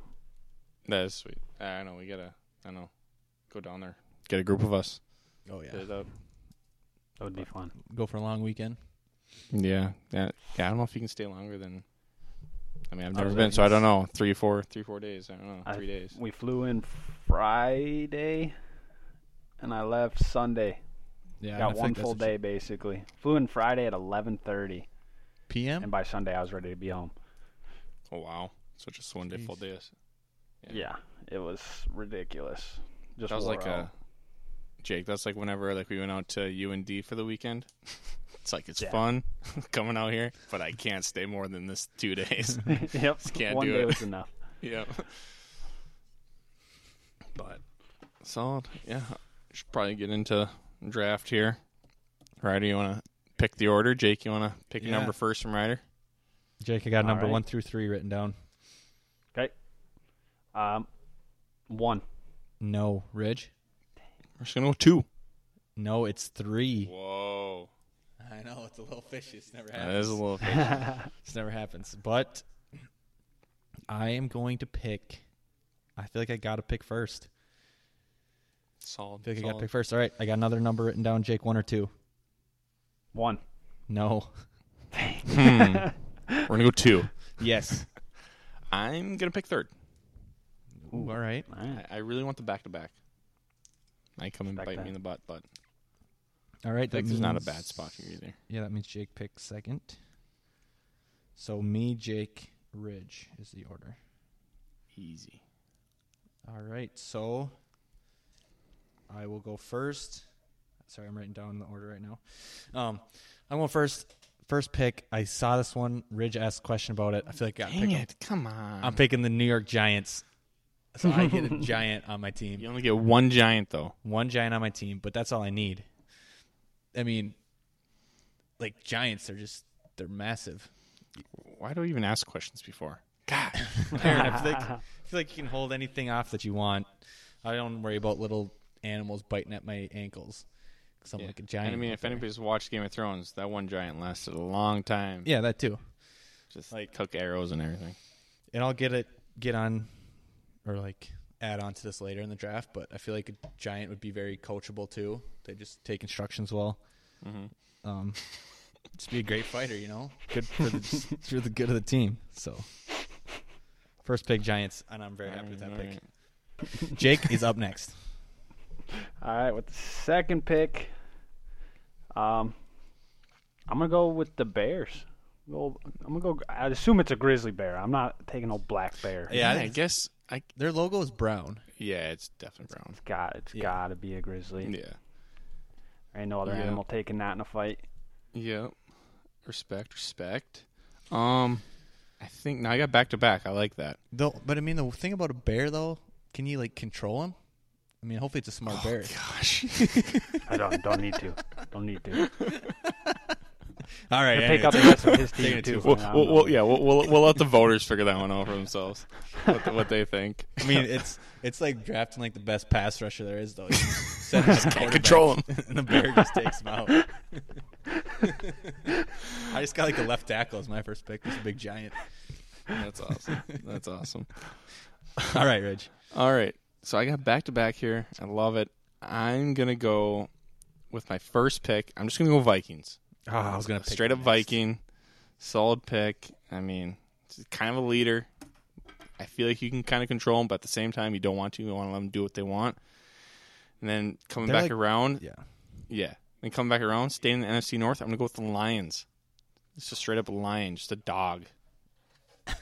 Speaker 2: That is sweet. I know. We got to, I know, go down there. Get a group of us.
Speaker 1: Oh yeah.
Speaker 2: Hit it up.
Speaker 3: That would be fun.
Speaker 1: Go for a long weekend.
Speaker 2: Yeah. Yeah. Yeah. I don't know if you can stay longer than, I mean, I've never
Speaker 1: was
Speaker 2: been,
Speaker 1: like-
Speaker 2: so I don't know. Three, four, three, four days. I don't know.
Speaker 3: I-
Speaker 2: Three days.
Speaker 3: We flew in Friday, and I left Sunday.
Speaker 1: Yeah. I
Speaker 3: Got
Speaker 1: think
Speaker 3: one
Speaker 1: that's
Speaker 3: full
Speaker 1: a-
Speaker 3: day basically. Flew in Friday at eleven thirty, and
Speaker 1: PM?
Speaker 3: by Sunday I was ready to be home.
Speaker 2: Oh, wow. So just one day, full
Speaker 1: Jeez.
Speaker 2: days.
Speaker 3: Yeah, it was ridiculous. Just
Speaker 2: that was
Speaker 3: wore
Speaker 2: like
Speaker 3: out.
Speaker 2: a Jake. That's like whenever like we went out to U and D for the weekend. [laughs] It's like it's
Speaker 3: Yeah.
Speaker 2: fun [laughs] coming out here, but I can't stay more than this two
Speaker 1: [laughs]
Speaker 2: days. [laughs]
Speaker 3: [laughs] yep.
Speaker 2: can't
Speaker 3: One
Speaker 2: do
Speaker 3: day
Speaker 2: it.
Speaker 3: was enough.
Speaker 2: yeah. But solid. Yeah, should probably get into draft here. Ryder, you want to pick the order? Jake, you want to pick a
Speaker 1: Yeah.
Speaker 2: number first from Ryder?
Speaker 1: Jake, I got
Speaker 3: All
Speaker 1: number
Speaker 3: right.
Speaker 1: one through three written down.
Speaker 3: Um, one.
Speaker 1: No, Ridge.
Speaker 2: We're just gonna go two.
Speaker 1: No, it's three.
Speaker 2: Whoa,
Speaker 1: I know it's a little fishy. It's never
Speaker 2: that is a [laughs] little.
Speaker 1: This never happens. But I am going to pick. I feel like I got to pick first.
Speaker 2: Solid.
Speaker 5: I feel like I got
Speaker 2: solid.
Speaker 5: to pick first. All right, I got another number written down. Jake, one or two?
Speaker 3: One.
Speaker 2: [laughs]
Speaker 5: No.
Speaker 2: Hmm.
Speaker 5: [laughs]
Speaker 2: We're gonna go two.
Speaker 5: Yes.
Speaker 2: I'm gonna pick third.
Speaker 1: Ooh, all right.
Speaker 2: I, I really want the back to back. Might come and bite
Speaker 3: Back-to-back.
Speaker 2: me in the butt, but
Speaker 1: All right. That
Speaker 2: like there's not a
Speaker 1: means-
Speaker 2: bad spot here either.
Speaker 1: Yeah, that means Jake picks second. So me, Jake, Ridge is the order.
Speaker 2: Easy.
Speaker 1: All right. So I will go first. Sorry, I'm writing down the order right now. Um, I'm going first. First pick. I saw this one. Ridge asked a question about it. I feel like I gotta pick
Speaker 2: Dang
Speaker 1: 'em.
Speaker 2: it! Come on.
Speaker 1: I'm picking the New York Giants. So I get
Speaker 5: [laughs]
Speaker 1: a giant on my team.
Speaker 2: you only get one giant though.
Speaker 1: one giant on my team, but that's all I need. I mean, like giants, they're just they're [laughs] massive.
Speaker 2: Why do I even ask questions before? God.
Speaker 1: Aaron, I feel [laughs] like, I feel like you can hold anything off that you want. I don't worry about little animals biting at my ankles because I'm like a giant.
Speaker 2: And I mean, if anybody's watched Game of Thrones, that one giant lasted a long time.
Speaker 1: yeah, that too.
Speaker 2: Just like took arrows and everything.
Speaker 1: And I'll get it, get on, or like add on to this later in the draft. But I feel like a giant would be very coachable too. They just take instructions well.
Speaker 3: Mm-hmm. [laughs]
Speaker 1: Um, just be a great fighter, you know. Good for the, for the good of the team. So, first pick Giants, and I'm very happy with that pick. Jake is up
Speaker 3: [laughs]
Speaker 1: next.
Speaker 3: All right, with the second pick, um, I'm gonna go with the Bears. Go, I'm gonna go. I assume it's a grizzly bear. I'm not taking no black bear.
Speaker 1: Yeah, I
Speaker 2: I
Speaker 1: think
Speaker 2: guess I
Speaker 1: their logo is brown.
Speaker 2: yeah, it's definitely brown.
Speaker 3: It's got. It's got to be a grizzly.
Speaker 2: Yeah.
Speaker 3: Ain't no other
Speaker 2: Yeah.
Speaker 3: animal taking that in a fight.
Speaker 2: Yep. Respect, respect. Um I think now I got back to back. I like that.
Speaker 1: Though, but I mean, the thing about a bear though, can you like control him? I mean, hopefully it's a
Speaker 3: Oh,
Speaker 1: smart bear.
Speaker 2: [laughs] Gosh.
Speaker 3: I don't. Don't need to. Don't need to.
Speaker 1: All right,
Speaker 3: Take
Speaker 1: anyway,
Speaker 3: out the
Speaker 1: take-
Speaker 3: rest
Speaker 1: [laughs]
Speaker 3: of his
Speaker 1: taking
Speaker 3: team
Speaker 1: it too
Speaker 3: too.
Speaker 2: we'll,
Speaker 3: man. I
Speaker 2: we'll,
Speaker 3: don't know.
Speaker 2: we'll- yeah, we'll, we'll we'll let the voters figure that one out for themselves. What, the, what they think.
Speaker 1: I mean, it's it's like drafting like the best pass rusher there is though. You
Speaker 2: [laughs]
Speaker 1: send him to quarterback,
Speaker 2: control him.
Speaker 1: [laughs] and the bear just takes him
Speaker 2: [laughs]
Speaker 1: out. I just got like a left tackle as my first pick. This big giant.
Speaker 2: [laughs]
Speaker 1: [laughs]
Speaker 2: That's awesome. That's awesome.
Speaker 1: All right, Ridge.
Speaker 2: All right. So I got back to back here. I love it. I'm going to go with my first pick. I'm just going to go Vikings.
Speaker 1: Oh, I was gonna pick
Speaker 2: Ah, Straight up Viking. Solid pick. I mean, he's kind of a leader. I feel like you can kind of control him, but at the same time, you don't want to. You want to let them do what they want. And then coming
Speaker 1: They're
Speaker 2: back
Speaker 1: like-
Speaker 2: around,
Speaker 1: Yeah.
Speaker 2: yeah. Then coming back around, staying in the NFC North, I'm going to go with the Lions. It's just straight up lion, just a dog.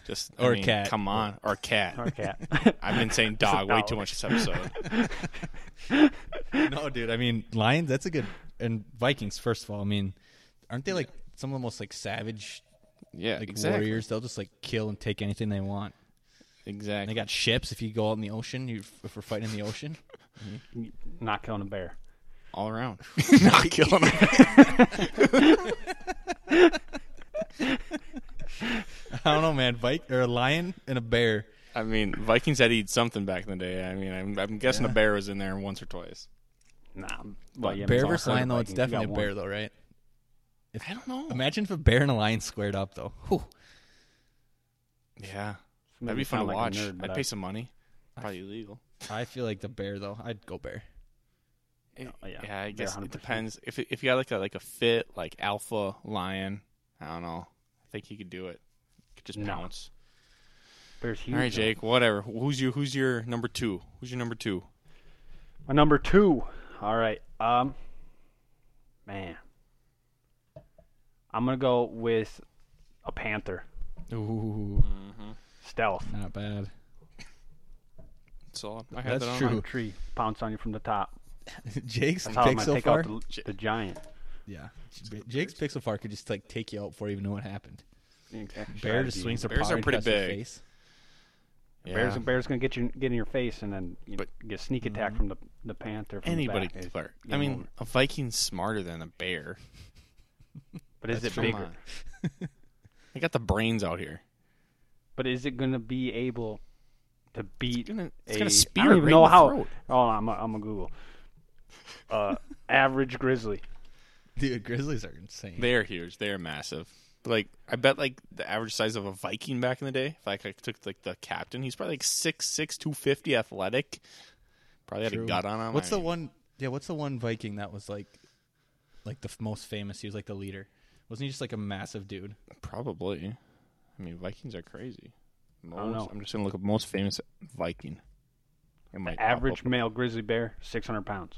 Speaker 2: Just I
Speaker 1: Or a
Speaker 2: mean,
Speaker 1: cat.
Speaker 2: Come on, or a cat.
Speaker 3: Or a cat.
Speaker 2: [laughs] I've been
Speaker 3: [laughs]
Speaker 2: saying dog way too
Speaker 3: dog.
Speaker 2: much
Speaker 1: [laughs]
Speaker 2: this episode.
Speaker 1: No, dude. I mean, Lions. That's a good and Vikings. First of all, I mean, aren't they like some of the most like savage
Speaker 2: Yeah,
Speaker 1: like
Speaker 2: exactly.
Speaker 1: warriors? They'll just like kill and take anything they want. And
Speaker 2: Exactly.
Speaker 1: they got ships. If you go out in the ocean, you if we're fighting in the ocean, [laughs]
Speaker 3: Not killing a bear.
Speaker 1: [laughs]
Speaker 2: all around. Not killing them.
Speaker 1: I don't know, man. Vik or a lion and a bear.
Speaker 2: I mean, Vikings had to eat something back in the day. I mean, I'm, I'm guessing a bear was in there once or twice.
Speaker 3: Nah. Well, yeah,
Speaker 1: bear
Speaker 3: it's all
Speaker 1: versus
Speaker 3: herd
Speaker 1: lion
Speaker 3: of
Speaker 1: though, it's
Speaker 3: Vikings. You
Speaker 1: definitely a
Speaker 3: got
Speaker 1: bear
Speaker 3: one.
Speaker 1: though, right?
Speaker 2: I don't know.
Speaker 1: Imagine if a bear and a lion squared up though. Whew.
Speaker 2: yeah,
Speaker 3: Maybe
Speaker 2: that'd be
Speaker 3: you
Speaker 2: fun to
Speaker 3: sound like a
Speaker 2: watch.
Speaker 3: nerd, but
Speaker 2: I'd
Speaker 3: I-
Speaker 2: pay some money. Probably illegal.
Speaker 1: I feel like the bear though. I'd go bear.
Speaker 3: Oh, yeah.
Speaker 2: yeah, I
Speaker 3: They're
Speaker 2: guess it
Speaker 3: 100%.
Speaker 2: depends. If it- if you got like a like a fit like alpha lion, I don't know. I think he could do it. Could just
Speaker 3: No.
Speaker 2: pounce.
Speaker 3: Bear's huge.
Speaker 2: All right,
Speaker 3: though.
Speaker 2: Jake. Whatever. Who's your Who's your number two? Who's your number two?
Speaker 3: My number two. All right. Um, man, I'm gonna go with a panther.
Speaker 1: Ooh,
Speaker 3: Stealth.
Speaker 1: not bad.
Speaker 2: Solid. I had
Speaker 1: That's
Speaker 2: that on.
Speaker 1: true.
Speaker 3: On a tree, pounce on you from the top.
Speaker 1: [laughs] Jake's
Speaker 3: That's how I'm
Speaker 1: pick
Speaker 3: gonna
Speaker 1: so
Speaker 3: take
Speaker 1: far.
Speaker 3: out the, the giant.
Speaker 1: Yeah, Jake's pick so far could just like take you out before you even know what happened. Bear
Speaker 3: Strategy.
Speaker 1: just swings their
Speaker 2: Bears
Speaker 1: paw
Speaker 2: are
Speaker 1: right
Speaker 2: pretty
Speaker 1: across your
Speaker 2: big.
Speaker 1: face.
Speaker 2: Yeah.
Speaker 3: Bears, bears gonna get you, get in your face, and then you
Speaker 2: But-
Speaker 3: get sneak
Speaker 1: Mm-hmm.
Speaker 3: attack from the the panther. From
Speaker 2: Anybody
Speaker 3: the
Speaker 2: could
Speaker 3: back. It's
Speaker 2: flirt. I
Speaker 3: game
Speaker 2: mean,
Speaker 3: over.
Speaker 2: a Viking's smarter than a bear.
Speaker 3: but is it
Speaker 2: Come
Speaker 3: bigger?
Speaker 2: on. [laughs] they got the brains out here.
Speaker 3: But is it gonna be able to beat?
Speaker 2: gonna- it's
Speaker 3: a,
Speaker 2: gonna spear
Speaker 3: I don't
Speaker 2: it
Speaker 3: even
Speaker 2: right
Speaker 3: know
Speaker 2: in the
Speaker 3: how.
Speaker 2: throat.
Speaker 3: Oh, I'm a, I'm a Google. Uh, [laughs] average grizzly.
Speaker 1: Dude, grizzlies are insane.
Speaker 2: They're huge. They're massive. Like I bet, like the average size of a Viking back in the day. If like I took like the captain, he's probably like six six two fifty athletic. Probably had
Speaker 1: True.
Speaker 2: a gut on him.
Speaker 1: What's
Speaker 2: I
Speaker 1: the
Speaker 2: mean,
Speaker 1: one? Yeah, what's the one Viking that was like, like the f- most famous? He was like the leader. Wasn't he just like a massive dude?
Speaker 2: Probably. I mean, Vikings are crazy. Most,
Speaker 3: don't know.
Speaker 2: I'm just gonna look up most famous Viking. It might pop
Speaker 3: Average
Speaker 2: up.
Speaker 3: male grizzly bear, 600 pounds.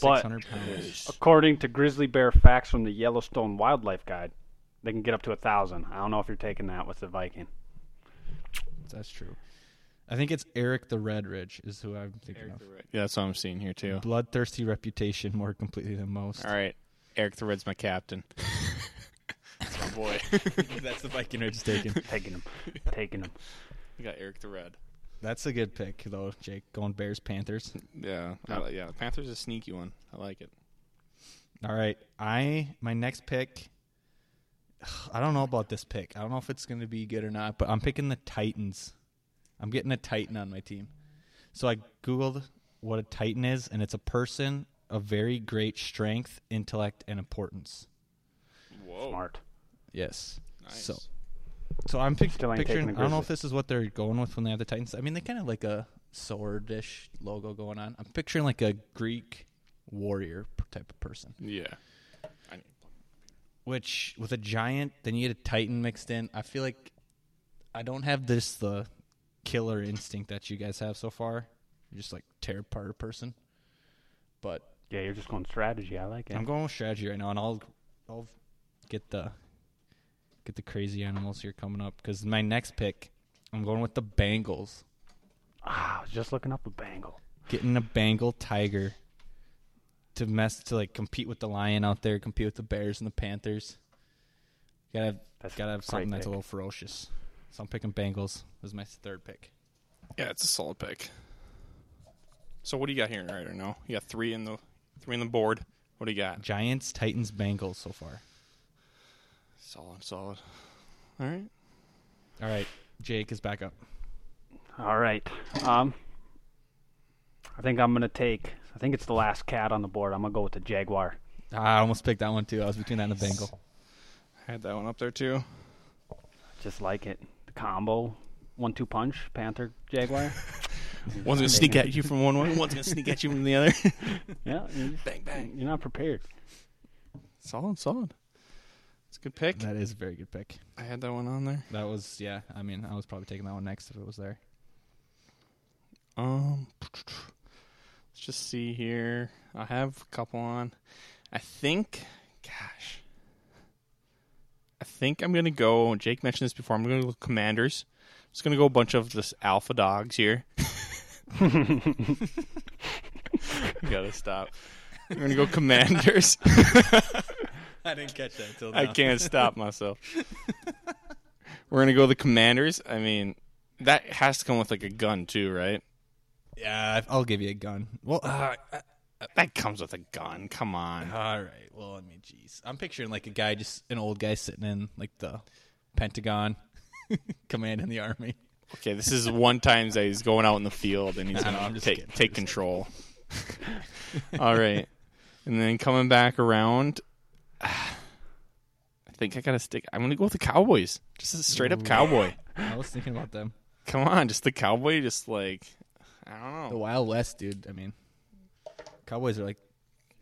Speaker 3: But-
Speaker 1: Six hundred pounds.
Speaker 3: According to grizzly bear facts from the Yellowstone Wildlife Guide, they can get up to a thousand. I don't know if you're taking that with the Viking.
Speaker 1: That's true. I think it's Eric the Red Ridge is who I'm thinking of.
Speaker 2: Yeah, that's what I'm seeing here too.
Speaker 1: Bloodthirsty reputation more completely than most.
Speaker 2: All right, Eric the Red's my captain. that's my boy.
Speaker 1: That's the Viking Ridge taken.
Speaker 3: Taking them, taking them.
Speaker 2: [laughs] we got Eric the Red.
Speaker 1: That's a good pick though, Jake. Going Bears Panthers.
Speaker 2: Yeah, I li- yeah. Panthers a sneaky one. I like it.
Speaker 1: All right. I my next pick [sighs] I don't know about this pick. I don't know if it's going to be good or not, but I'm picking the Titans. I'm getting a Titan on my team. So I googled what a Titan is and it's a person of very great strength, intellect and importance.
Speaker 2: Whoa,
Speaker 3: Smart.
Speaker 1: Yes.
Speaker 2: nice.
Speaker 1: So so I'm pic-
Speaker 3: Still ain't
Speaker 1: picturing I
Speaker 3: taking the
Speaker 1: don't know
Speaker 3: Grizzlies.
Speaker 1: if this is what they're going with when they have the Titans. I mean, they kind of like a swordish logo going on. I'm picturing like a Greek warrior p- type of person.
Speaker 2: yeah. I need-
Speaker 1: which with a giant, then you get a titan mixed in. I feel like I don't have this the killer instinct that you guys have so far. You're just like tear apart a person. But
Speaker 3: Yeah, you're just going strategy. I like it.
Speaker 1: I'm going with strategy right now, and I'll I'll get the get the crazy animals here coming up because my next pick, I'm going with the Bengals,
Speaker 3: ah, I was just looking up a bangle.
Speaker 1: getting a Bengal tiger to mess to like compete with the lion out there, compete with the bears and the panthers. Gotta have
Speaker 3: That's
Speaker 1: Gotta have
Speaker 3: a
Speaker 1: something
Speaker 3: great
Speaker 1: that's a
Speaker 3: pick.
Speaker 1: little ferocious. So I'm picking Bengals as my third pick.
Speaker 2: Yeah, it's a solid pick. So what do you got here right or no? You got three in the three in the board. What do you got?
Speaker 1: Giants, Titans, Bengals so far.
Speaker 2: Solid, solid. All right.
Speaker 1: All right, Jake is back up.
Speaker 3: All right. Um, I think I'm gonna take. I think it's the last cat on the board. I'm gonna go with the jaguar.
Speaker 1: Ah, I almost picked that one too. I was between that and the Bengal.
Speaker 2: I had that one up there too.
Speaker 3: Just like it. The combo, one-two punch, panther, jaguar.
Speaker 2: One's gonna sneak at you from one way. One's gonna sneak at you from the other.
Speaker 3: yeah. You're, just-
Speaker 2: bang bang.
Speaker 3: you're not prepared.
Speaker 2: [laughs] Solid, solid. It's a good pick.
Speaker 1: That is a very good pick.
Speaker 2: I had that one on there.
Speaker 1: That was yeah. I mean, I was probably taking that one next if it was there.
Speaker 2: Um, let's just see here. I have a couple on. I think, gosh, I think I'm gonna go. Jake mentioned this before. I'm gonna go with Commanders. I'm just gonna go a bunch of this alpha dogs here. [laughs] you gotta stop. I'm gonna go [laughs] Commanders.
Speaker 1: I didn't catch that until
Speaker 2: I can't stop myself. We're gonna go the Commanders. I mean, that has to come with like a gun too, right?
Speaker 1: Yeah, I- I'll give you a gun. Well,
Speaker 3: Ah,
Speaker 1: uh,
Speaker 2: That comes with a gun. Come on.
Speaker 1: all right. Well, I mean, jeez, I'm picturing like a guy, just an old guy sitting in like the Pentagon, [laughs] commanding the army.
Speaker 2: Okay, this is one time that he's going out in the field and he's
Speaker 1: Nah,
Speaker 2: gonna
Speaker 1: I'm just
Speaker 2: take
Speaker 1: kidding. [laughs]
Speaker 2: take control. All right, and then coming back around, I think I gotta stick. I'm gonna go with the Cowboys. Just a straight up Cowboy.
Speaker 1: I was thinking about them.
Speaker 2: Come on, just the Cowboy. Just like I
Speaker 1: The
Speaker 2: don't know.
Speaker 1: Wild West, dude. I mean, Cowboys are like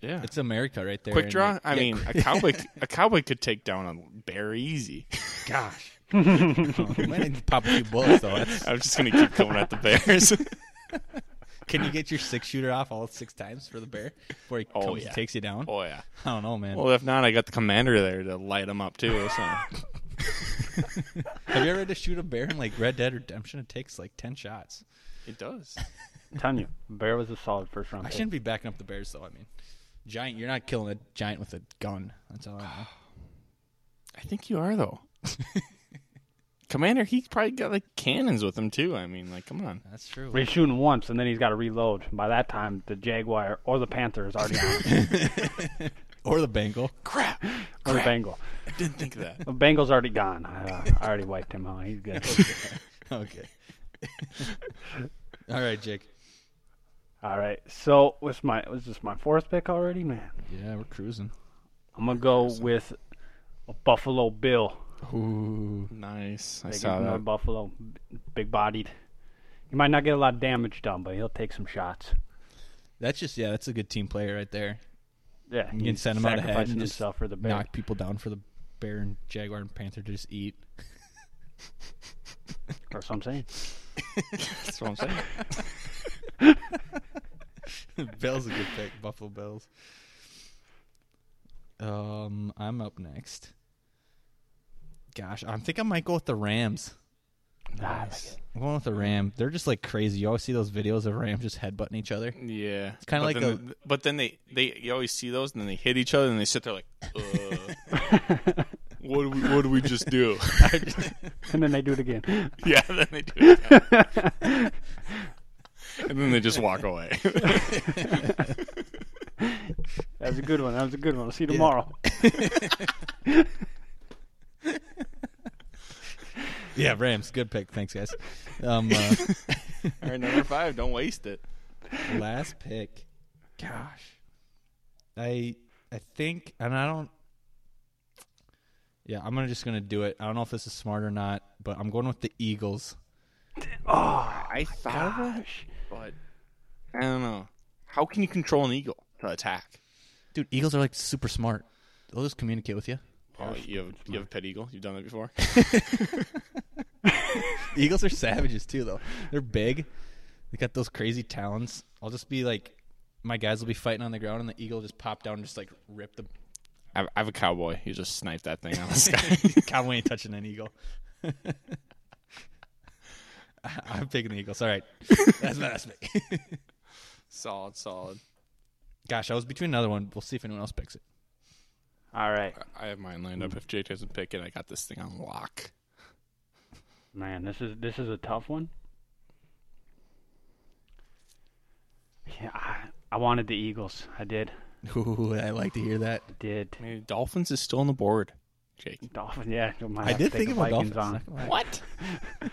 Speaker 2: Yeah,
Speaker 1: It's America right there.
Speaker 2: quick
Speaker 1: and,
Speaker 2: draw.
Speaker 1: like-
Speaker 2: I
Speaker 1: yeah,
Speaker 2: mean, a cowboy a cowboy could take down a bear easy. [laughs]
Speaker 1: gosh. You [laughs] might need to pop a few bullets though. That's-
Speaker 2: I'm just gonna keep coming at the bears. [laughs]
Speaker 1: can you get your six shooter off all six times for the bear before he
Speaker 2: Oh,
Speaker 1: comes
Speaker 2: yeah.
Speaker 1: and takes you down?
Speaker 2: oh yeah.
Speaker 1: I don't know, man.
Speaker 2: Well, if not, I got the commander there to light him up too.
Speaker 1: [laughs]
Speaker 2: So.
Speaker 1: Have you ever had to shoot a bear in like Red Dead Redemption? It takes like ten shots.
Speaker 2: It does.
Speaker 3: I'm telling you, bear was a solid first round.
Speaker 1: I
Speaker 3: pick.
Speaker 1: shouldn't be backing up the bears though. I mean, giant. You're not killing a giant with a gun. That's all I know.
Speaker 2: I think you are though. [laughs] commander, he probably got like cannons with him too. I mean, like, come on.
Speaker 1: That's true.
Speaker 3: He's shooting once and then he's got to reload. By that time, the jaguar or the panther is already on
Speaker 1: Or the Bengal.
Speaker 2: Crap!
Speaker 3: or the bengal.
Speaker 2: I didn't think of that.
Speaker 3: The bengal's already gone. Uh, I already wiped him out. He's good.
Speaker 1: [laughs] Okay. [laughs] all right, Jake.
Speaker 3: All right. So was my was this my fourth pick already, man?
Speaker 1: Yeah, we're cruising.
Speaker 3: I'm gonna go with a Buffalo Bill.
Speaker 1: Ooh.
Speaker 2: Nice. I
Speaker 3: Big
Speaker 2: saw
Speaker 3: North
Speaker 2: that.
Speaker 3: Buffalo, big bodied. He might not get a lot of damage done, but he'll take some shots.
Speaker 1: That's just yeah, that's a good team player right there.
Speaker 3: Yeah,
Speaker 1: You can
Speaker 3: he's
Speaker 1: send him out ahead
Speaker 3: sacrificing
Speaker 1: and just
Speaker 3: himself for the bear.
Speaker 1: Knock people down for the bear and jaguar and panther to just eat.
Speaker 3: That's what I'm saying.
Speaker 2: That's what I'm saying.
Speaker 1: [laughs] Bell's a good pick. Buffalo Bills. Um, I'm up next. Gosh, I think I might go with the Rams.
Speaker 3: Nice.
Speaker 1: I'm going with the Ram. They're just like crazy. You always see those videos of Rams just headbutting each other.
Speaker 2: Yeah, it's
Speaker 1: kinda like
Speaker 2: then, But then they they you always see those, and then they hit each other, and they sit there like, uh, [laughs]
Speaker 3: Ah,
Speaker 2: what do we what do we just [laughs] do?
Speaker 3: [laughs] and then they do
Speaker 1: [laughs]
Speaker 3: it again. [laughs]
Speaker 2: yeah, then they do, it again. and then they just walk [laughs] away.
Speaker 3: That was a good one. That was a good one. I'll see you tomorrow.
Speaker 1: Yeah, Rams. Good pick. Thanks, guys. [laughs] Um, uh,
Speaker 2: All right, number five. Don't waste it.
Speaker 1: last pick. Gosh, I I think, and I don't. Yeah, I'm gonna just gonna do it. I don't know if this is smart or not, but I'm going with the Eagles.
Speaker 2: I thought of it, but I don't know. How can you control an eagle to attack?
Speaker 1: Dude, Eagles are like super smart. They'll just communicate with you.
Speaker 2: Oh, you have you have a pet eagle. You've done that [laughs] before.
Speaker 1: Eagles are savages too, though. They're big. They got those crazy talons. I'll just be like, my guys will be fighting on the ground, and the eagle will just pop down and just like rip the. [laughs]
Speaker 2: I have, I have a cowboy. He just sniped that thing out of the sky.
Speaker 1: Cowboy ain't touching an eagle. [laughs] I- I'm picking the Eagles. All right, [laughs] that's my last pick.
Speaker 2: [laughs] solid, solid.
Speaker 1: Gosh, I was between another one. We'll see if anyone else picks it.
Speaker 3: All right,
Speaker 2: I have mine lined up. If Jake doesn't pick it, I got this thing on lock.
Speaker 3: man. This is this is a tough one. Yeah, I, I wanted the Eagles. I did.
Speaker 1: Ooh, I like to hear that.
Speaker 3: I did.
Speaker 2: I mean, Dolphins is still on the board. Jake.
Speaker 3: Dolphins. Yeah, you might
Speaker 1: I
Speaker 3: have to
Speaker 1: did
Speaker 3: take
Speaker 1: think
Speaker 3: the
Speaker 1: about
Speaker 3: Vikings
Speaker 1: Dolphins. not gonna lie.
Speaker 2: What?
Speaker 3: on.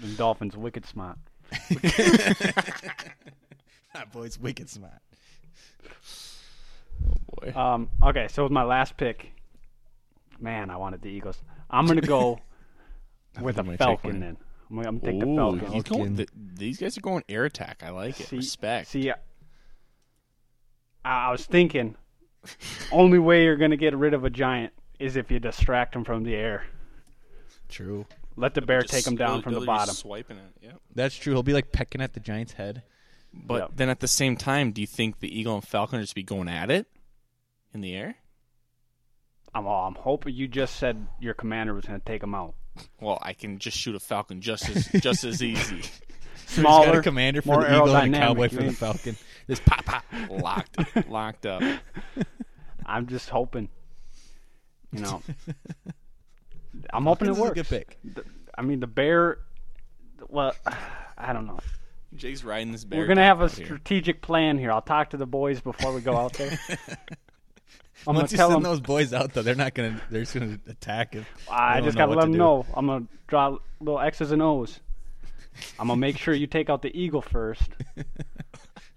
Speaker 3: The Dolphins wicked smart.
Speaker 1: [laughs] That boy's wicked smart.
Speaker 2: Boy.
Speaker 3: Um, okay, so with my last pick, man, I wanted the Eagles. I'm
Speaker 2: [laughs]
Speaker 3: gonna go with a
Speaker 2: might take
Speaker 3: Falcon
Speaker 2: mine.
Speaker 3: then. I'm gonna, I'm gonna take the
Speaker 2: Ooh,
Speaker 3: Falcon.
Speaker 2: he's going,
Speaker 1: Falcon.
Speaker 2: th- these guys are going air attack. I like it.
Speaker 3: See-
Speaker 2: Respect.
Speaker 3: See, I, I was
Speaker 2: [laughs]
Speaker 3: thinking, only way you're gonna get rid of a giant is if you distract him from the air.
Speaker 1: True.
Speaker 3: Let the bear take him down from the bottom.
Speaker 2: Swiping it. Yep.
Speaker 1: That's true. He'll be like pecking at the Giants' head.
Speaker 2: But
Speaker 3: Yep.
Speaker 2: then at the same time, do you think the eagle and falcon are just be going at it in the air?
Speaker 3: I'm, oh, I'm hoping you just said your commander was gonna take him out.
Speaker 2: Well, I can just shoot a falcon just as just as
Speaker 3: [laughs]
Speaker 2: easy.
Speaker 1: He's got
Speaker 3: Smaller,
Speaker 1: a commander for
Speaker 3: more
Speaker 1: the Eagle and a
Speaker 3: aerodynamic,
Speaker 1: cowboy
Speaker 3: you
Speaker 1: for the
Speaker 3: ain't-
Speaker 1: Falcon. Just pop, pop.
Speaker 2: Locked, locked up.
Speaker 3: I'm just hoping.
Speaker 1: [laughs]
Speaker 3: You know, I'm hoping it
Speaker 1: This is a
Speaker 3: works.
Speaker 1: good
Speaker 3: [laughs]
Speaker 1: pick. [laughs]
Speaker 3: The- I mean, the bear. Well, [sighs] I don't know.
Speaker 2: Jake's riding this bear.
Speaker 3: We're gonna have a
Speaker 2: out here.
Speaker 3: strategic plan here. I'll talk to the boys before we go
Speaker 1: [laughs]
Speaker 3: out there. I'm
Speaker 1: Once you
Speaker 3: gonna tell
Speaker 1: send
Speaker 3: them.
Speaker 1: those boys out, though, they're not gonna. They're just gonna attack. If
Speaker 3: I
Speaker 1: they don't
Speaker 3: just
Speaker 1: know
Speaker 3: gotta
Speaker 1: what
Speaker 3: let
Speaker 1: to
Speaker 3: them
Speaker 1: do.
Speaker 3: know. I'm gonna draw little X's and O's. I'm gonna make sure you take out the eagle first, and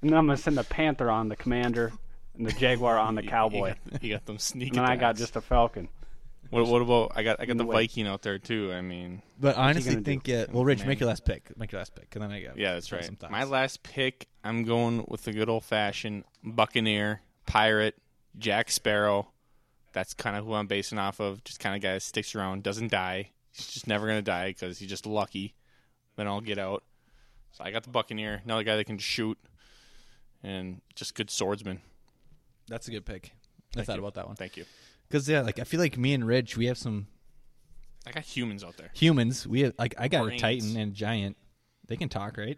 Speaker 3: then I'm gonna send the panther on the commander, and the jaguar on
Speaker 2: [laughs]
Speaker 3: the
Speaker 2: You-
Speaker 3: cowboy,
Speaker 2: You got, you got them sneaking.
Speaker 3: and then I got just a falcon.
Speaker 2: What, what about I got I got the
Speaker 3: way.
Speaker 2: Viking out there too. I mean,
Speaker 1: But I honestly
Speaker 3: gonna do?
Speaker 1: think, yeah. Well, Rich, make your last pick. Make your last pick, and then I got
Speaker 2: yeah, that's
Speaker 1: got
Speaker 2: right.
Speaker 1: some thoughts.
Speaker 2: My last pick, I'm going with the good old fashioned Buccaneer, Pirate, Jack Sparrow. That's kind of who I'm basing off of. Just kind of guy that sticks around, doesn't die. He's just never gonna die because he's just lucky. Then I'll get out. So I got the Buccaneer, another guy that can shoot, and just good swordsman.
Speaker 1: That's a good pick. I thought about that one
Speaker 2: Thank you.
Speaker 1: because yeah, like I feel like me and Rich, we have some
Speaker 2: I got humans out there.
Speaker 1: humans. We have, like I got a
Speaker 2: Brains.
Speaker 1: Titan and Giant. They can talk, right?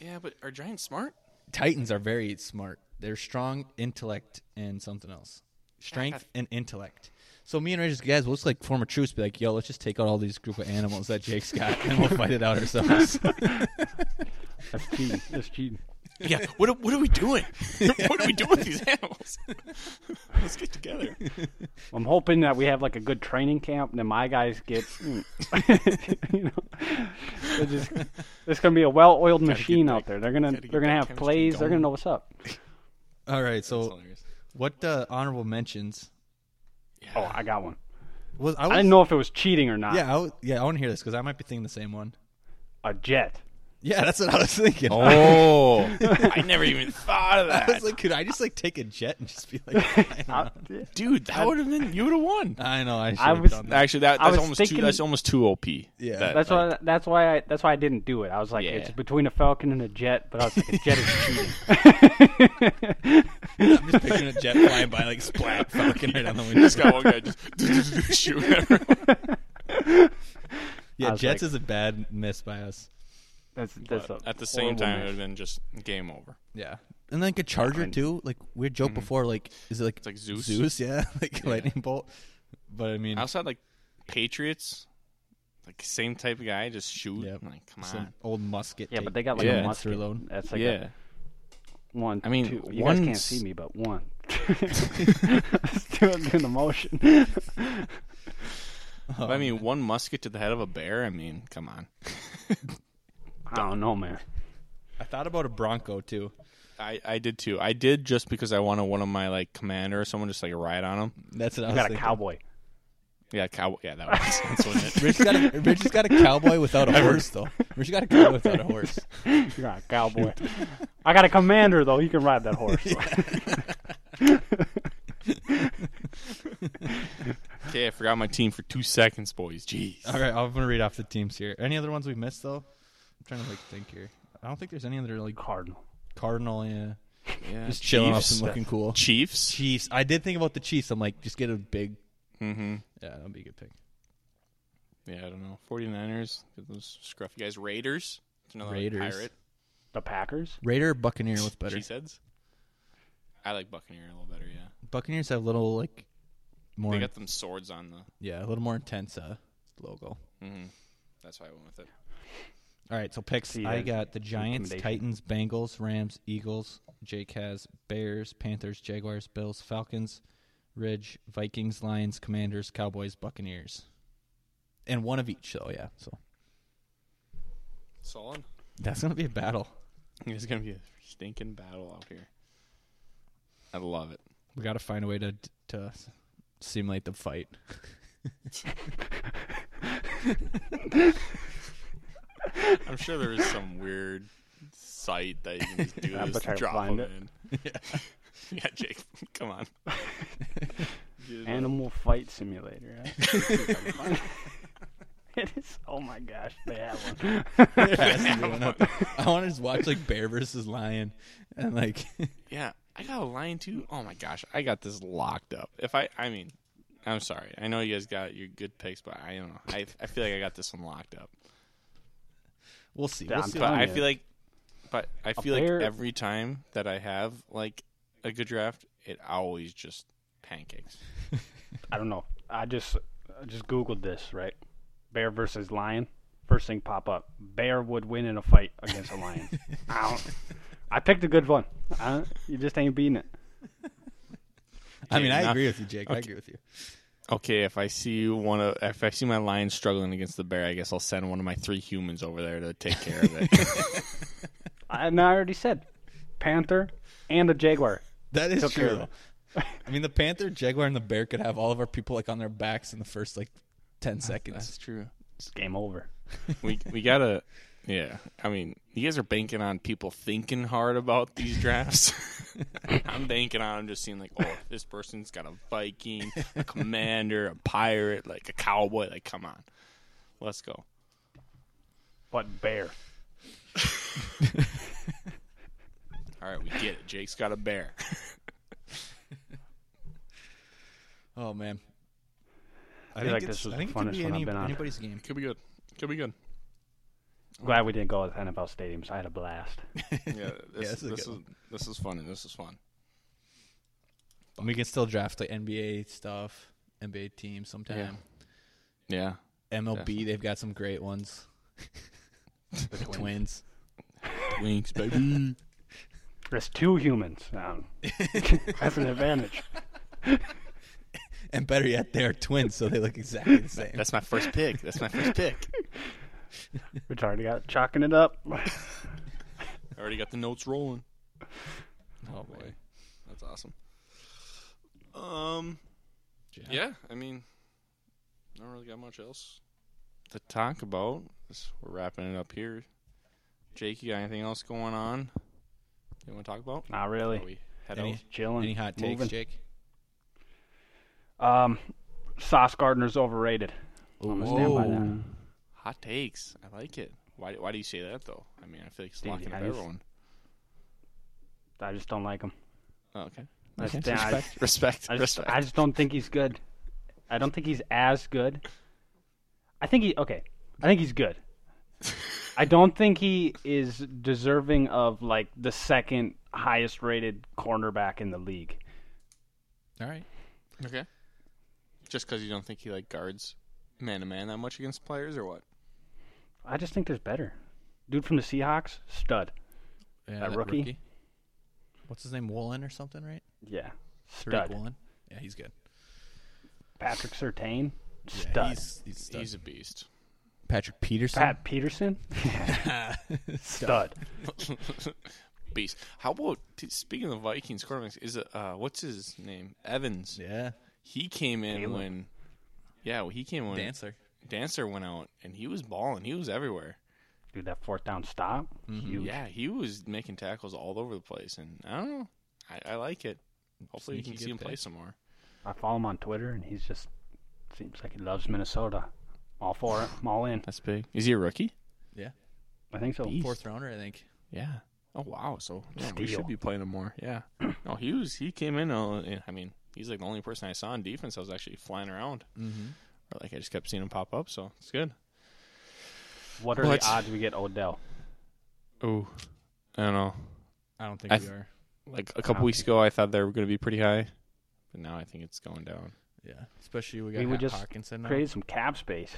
Speaker 2: Yeah, but are giants smart?
Speaker 1: Titans are very smart. They're strong intellect and something else. Strength and intellect. So me and Rich, guys, we'll just like form a truce. Be like, yo, let's just take out all these group of animals that Jake's got, and we'll fight it out ourselves. [laughs]
Speaker 3: That's cheating. That's cheating.
Speaker 2: Yeah. What what are we [laughs] doing? what are we doing with these [laughs] animals? Let's get together.
Speaker 3: I'm hoping that we have like a good training camp, and then my guys
Speaker 2: [laughs]
Speaker 3: get, [laughs] you know, they're just it's gonna be a well-oiled machine
Speaker 2: that-
Speaker 3: out there. They're gonna
Speaker 2: gotta get
Speaker 3: they're gonna
Speaker 2: that
Speaker 3: have
Speaker 2: chemistry
Speaker 3: plays. They're
Speaker 2: going.
Speaker 3: gonna know
Speaker 2: [laughs]
Speaker 3: what's up.
Speaker 1: all right. So what uh, honorable mentions?
Speaker 3: Oh, I got one.
Speaker 1: Was I, was,
Speaker 3: I didn't know if it was cheating or not.
Speaker 1: Yeah, I, w- yeah, I want to hear this because I might be thinking the same one.
Speaker 3: a jet.
Speaker 1: Yeah, that's what I was thinking.
Speaker 2: Oh, [laughs] I never even thought of
Speaker 1: [laughs] I
Speaker 2: that,
Speaker 1: was like, could I just like take a jet and just be like? I,
Speaker 3: I,
Speaker 2: dude. That would have been you would have won.
Speaker 1: I know. I should
Speaker 3: I
Speaker 1: have
Speaker 3: was-
Speaker 1: done that.
Speaker 2: Uh, Actually, that,
Speaker 3: I
Speaker 2: that's
Speaker 3: was
Speaker 2: almost too.
Speaker 3: thinking-
Speaker 2: That's almost too op.
Speaker 1: Yeah.
Speaker 2: That,
Speaker 3: that's
Speaker 2: like,
Speaker 3: why. That's why. I, that's why I didn't do it. I was like,
Speaker 2: Yeah.
Speaker 3: it's between a falcon and a jet, but I was like, a
Speaker 2: [laughs]
Speaker 3: jet is cheating.
Speaker 1: I'm just picturing a jet flying by like [laughs] splat, fucking
Speaker 2: [laughs]
Speaker 1: right
Speaker 3: [laughs]
Speaker 1: on the window.
Speaker 2: This guy, one guy, just [laughs] shooting everyone.
Speaker 3: I
Speaker 1: Yeah,
Speaker 3: was
Speaker 1: jets
Speaker 3: like-
Speaker 1: is a bad miss by us.
Speaker 3: [laughs] that's that's a
Speaker 2: At the same
Speaker 3: horrible
Speaker 2: time, it
Speaker 3: miss.
Speaker 2: would have been just game over.
Speaker 1: Yeah. And like a charger too. Like we joked before. Like is it like
Speaker 2: It's like Zeus.
Speaker 1: Zeus? Yeah, [laughs] like lightning bolt. But I mean,
Speaker 2: I also had like Patriots, like same type of guy, just shoot.
Speaker 1: Yep.
Speaker 2: Like, come
Speaker 1: some
Speaker 2: on.
Speaker 1: old musket.
Speaker 3: Yeah,
Speaker 1: tape.
Speaker 3: but they got like
Speaker 2: Yeah.
Speaker 3: a monster
Speaker 1: Monster load.
Speaker 3: load. That's like
Speaker 2: yeah.
Speaker 3: a one.
Speaker 2: I mean,
Speaker 3: two. you
Speaker 2: one's-
Speaker 3: guys can't see me, but one.
Speaker 2: [laughs]
Speaker 3: Just doing doing the motion. yeah,
Speaker 2: But I mean, one musket to the head of a bear. I mean, come on.
Speaker 3: I don't know, man.
Speaker 1: I thought about a Bronco too.
Speaker 2: I, I did too. I did just because I wanted one of my like commander or someone just like ride on him.
Speaker 1: That's what I
Speaker 3: You
Speaker 1: was
Speaker 3: got a
Speaker 1: thinking.
Speaker 3: cowboy.
Speaker 2: Yeah, cow. Yeah, that would [laughs] make sense, wouldn't it?
Speaker 1: Rich got a, Rich has got a cowboy [laughs] without a horse though. Rich got a cowboy without a [laughs] horse.
Speaker 3: You got a cowboy. I got a commander though. You can ride that horse.
Speaker 2: Okay, I forgot my team for two seconds, boys. Jeez.
Speaker 3: Uh,
Speaker 1: All right, I'm gonna read off the teams here. Any other ones we missed though? I'm trying to like think here. I don't think there's any other like
Speaker 3: Cardinal.
Speaker 1: Cardinal. Yeah,
Speaker 2: Yeah,
Speaker 1: just chilling off
Speaker 2: Chiefs.
Speaker 1: and looking cool.
Speaker 2: Chiefs.
Speaker 1: Chiefs. I did think about the Chiefs. I'm like, just get a big.
Speaker 2: Mm-hmm.
Speaker 1: Yeah, that'd be a good pick.
Speaker 2: Yeah, I don't know. 49ers. Get those scruffy guys. Raiders. It's another like,
Speaker 1: Raiders.
Speaker 2: pirate.
Speaker 3: The Packers.
Speaker 1: Raider, or Buccaneer. What's better?
Speaker 2: Cheeseheads. I like Buccaneer a little better. Yeah,
Speaker 1: Buccaneers have little like more.
Speaker 2: they got them swords on the.
Speaker 1: yeah, a little more intense uh, logo.
Speaker 2: Mm-hmm. That's why I went with it.
Speaker 1: All right, so picks.
Speaker 3: See,
Speaker 1: I
Speaker 3: that's
Speaker 1: got the Giants, Titans,
Speaker 3: intimidation.
Speaker 1: Bengals, Rams, Eagles, Jacaz, Bears, Panthers, Jaguars, Bills, Falcons, Ridge, Vikings, Lions, Commanders, Cowboys, Buccaneers. And one of each, though, yeah. So
Speaker 2: Solid.
Speaker 1: that's going to be a battle.
Speaker 2: It's gonna be a stinking battle out here. I love it.
Speaker 1: We got to find a way to to simulate the fight. [laughs]
Speaker 2: I'm sure there is some weird site that you can just do
Speaker 3: [laughs] I'm
Speaker 2: this,
Speaker 3: gonna try to
Speaker 2: drop
Speaker 3: find
Speaker 2: them in. [laughs] Yeah. Jake, come
Speaker 3: [laughs]
Speaker 2: on. Get it up.
Speaker 3: Animal Fight Simulator. eh? [laughs] it is. Oh my gosh, they have one.
Speaker 2: [laughs]
Speaker 1: I want to just watch like bear versus lion, and like [laughs]
Speaker 2: Yeah, I got a lion too. Oh my gosh, I got this locked up. If I, I mean, I'm sorry. I know you guys got your good picks, but I don't know. I, I feel like I got this one locked [laughs] up.
Speaker 1: we'll see.
Speaker 3: Yeah,
Speaker 1: We'll
Speaker 3: I'm
Speaker 1: see.
Speaker 2: But
Speaker 3: telling
Speaker 2: I
Speaker 3: you.
Speaker 2: feel like, but I feel
Speaker 3: bear-
Speaker 2: like every time that I have like a good draft, it always just pancakes.
Speaker 3: I don't know. I just I just googled this right. Bear versus lion. First thing pop up. Bear would win in a fight against a lion. I don't. I picked a good one. I, you just ain't beating it.
Speaker 1: I mean, I
Speaker 2: Nah.
Speaker 1: agree with you, Jake. I agree with you.
Speaker 2: Okay, if I see one of if I see my lion struggling against the bear, I guess I'll send one of my three humans over there to take care of [laughs] it.
Speaker 3: I, and I already said, panther and a jaguar.
Speaker 1: That is
Speaker 3: Took
Speaker 1: true.
Speaker 3: care of
Speaker 1: though. I mean, the panther, jaguar, and the bear could have all of our people like on their backs in the first like ten seconds.
Speaker 2: true.
Speaker 3: It's game over.
Speaker 2: We we gotta. Yeah, I mean, you guys are banking on people thinking hard about these drafts. [laughs] I'm banking on just seeing like, oh, this person's got a Viking, a commander, a pirate, like a cowboy. Like, come on, let's go.
Speaker 3: But bear.
Speaker 2: All right, we get it. Jake's got a bear.
Speaker 1: Oh man, I,
Speaker 3: feel like
Speaker 1: it's-
Speaker 3: this was
Speaker 1: I
Speaker 3: the
Speaker 1: think it could
Speaker 3: funnest
Speaker 1: be
Speaker 3: one I've
Speaker 1: any-
Speaker 3: been on.
Speaker 1: anybody's game.
Speaker 2: Could be good. Could be good.
Speaker 3: Glad we didn't go with NFL stadiums. I had a blast.
Speaker 2: Yeah, this,
Speaker 1: this is a
Speaker 2: this
Speaker 1: good
Speaker 2: is this is fun and this is fun.
Speaker 1: And we can still draft like NBA stuff, NBA teams sometime.
Speaker 2: Yeah.
Speaker 1: MLB,
Speaker 2: Definitely.
Speaker 1: they've got some great ones. [laughs] the twins.
Speaker 2: Winks, baby.
Speaker 3: There's two humans. Um, [laughs] that's an advantage.
Speaker 1: [laughs] and better yet, they're twins, so they look
Speaker 3: [laughs]
Speaker 1: exactly the same.
Speaker 2: That's my first pick. That's my first pick.
Speaker 3: We've already got chalking it up.
Speaker 2: [laughs] I already got the notes rolling.
Speaker 1: oh boy.
Speaker 2: That's awesome. Um,
Speaker 1: Yeah.
Speaker 2: yeah. I mean, I don't really got much else to talk about. This- We're wrapping it up here. Jake, you got anything else going on? You want to talk about?
Speaker 3: Not really.
Speaker 2: Or we head
Speaker 1: Any-
Speaker 2: out?
Speaker 3: Just chilling.
Speaker 1: Oh, Any hot takes,
Speaker 3: moving.
Speaker 1: Jake?
Speaker 3: Um, Sauce Gardner's overrated. I'm gonna stand by that.
Speaker 2: Hot takes. I like it. Why? Why do you say that though? I mean, I feel like it's
Speaker 3: Dude,
Speaker 2: locking
Speaker 3: I
Speaker 2: up
Speaker 3: just-
Speaker 2: everyone.
Speaker 3: I just don't like him.
Speaker 2: Oh,
Speaker 3: [laughs]
Speaker 2: okay.
Speaker 3: I just,
Speaker 2: Okay.
Speaker 3: I
Speaker 2: Respect.
Speaker 3: just-
Speaker 2: Respect.
Speaker 3: I just,
Speaker 2: respect.
Speaker 3: I just don't think he's good. I don't think he's as good. I think he okay. I think he's good. I don't think he is deserving of like the second highest rated cornerback in the league.
Speaker 1: All right.
Speaker 2: okay. Just because you don't think he like guards man to man that much against players, or what?
Speaker 3: I just think there's better. Dude from the Seahawks, stud.
Speaker 1: Yeah,
Speaker 3: That rookie?
Speaker 1: Uh, What's his name? Woolen or something, right?
Speaker 3: Yeah.
Speaker 1: Tariq
Speaker 3: Stud.
Speaker 1: Woolen. Yeah, he's good.
Speaker 3: Patrick Sertain,
Speaker 1: Yeah,
Speaker 3: stud.
Speaker 1: He's, he's stud.
Speaker 2: He's a beast. [laughs]
Speaker 1: Patrick Peterson.
Speaker 3: Pat Peterson,
Speaker 2: [laughs]
Speaker 3: stud.
Speaker 2: beast. How about t- speaking of Vikings quarterbacks? Is it uh, what's his name? Evans.
Speaker 1: [laughs] yeah,
Speaker 2: He came in
Speaker 3: Caleb.
Speaker 2: when. Yeah, well, he came when
Speaker 1: dancer.
Speaker 2: Dancer went out, and he was balling. He was everywhere.
Speaker 3: Dude, that fourth down stop. Huge.
Speaker 2: Yeah, he was making tackles all over the place, and I don't know. I, I like it. Hopefully, you
Speaker 1: Sneaky
Speaker 2: can see
Speaker 1: good
Speaker 2: him play
Speaker 1: pick.
Speaker 2: some more.
Speaker 3: I follow him on Twitter, and he's just seems like he loves Minnesota. All for it. I'm all in.
Speaker 2: That's big. Is he a rookie?
Speaker 3: I think so.
Speaker 1: Fourth rounder, I think.
Speaker 2: Yeah. Oh wow. So yeah, we
Speaker 3: Steal.
Speaker 2: should be playing him more. Yeah. No, he was. He came in. Uh, and- I mean, he's like the only person I saw on defense. I was actually flying around.
Speaker 1: Mm-hmm.
Speaker 2: Or, like I just kept seeing him pop up. So it's good.
Speaker 3: What are
Speaker 2: But-
Speaker 3: the odds we get Odell?
Speaker 2: Oh, I don't know.
Speaker 1: I don't think
Speaker 2: I
Speaker 1: we
Speaker 2: th-
Speaker 1: are.
Speaker 2: Like a couple weeks ago, I thought they were going to be pretty high, but now I think it's going down.
Speaker 1: Yeah, especially we got
Speaker 3: We would
Speaker 1: Hat
Speaker 3: just
Speaker 1: Hawkinson now.
Speaker 3: Created some cap space.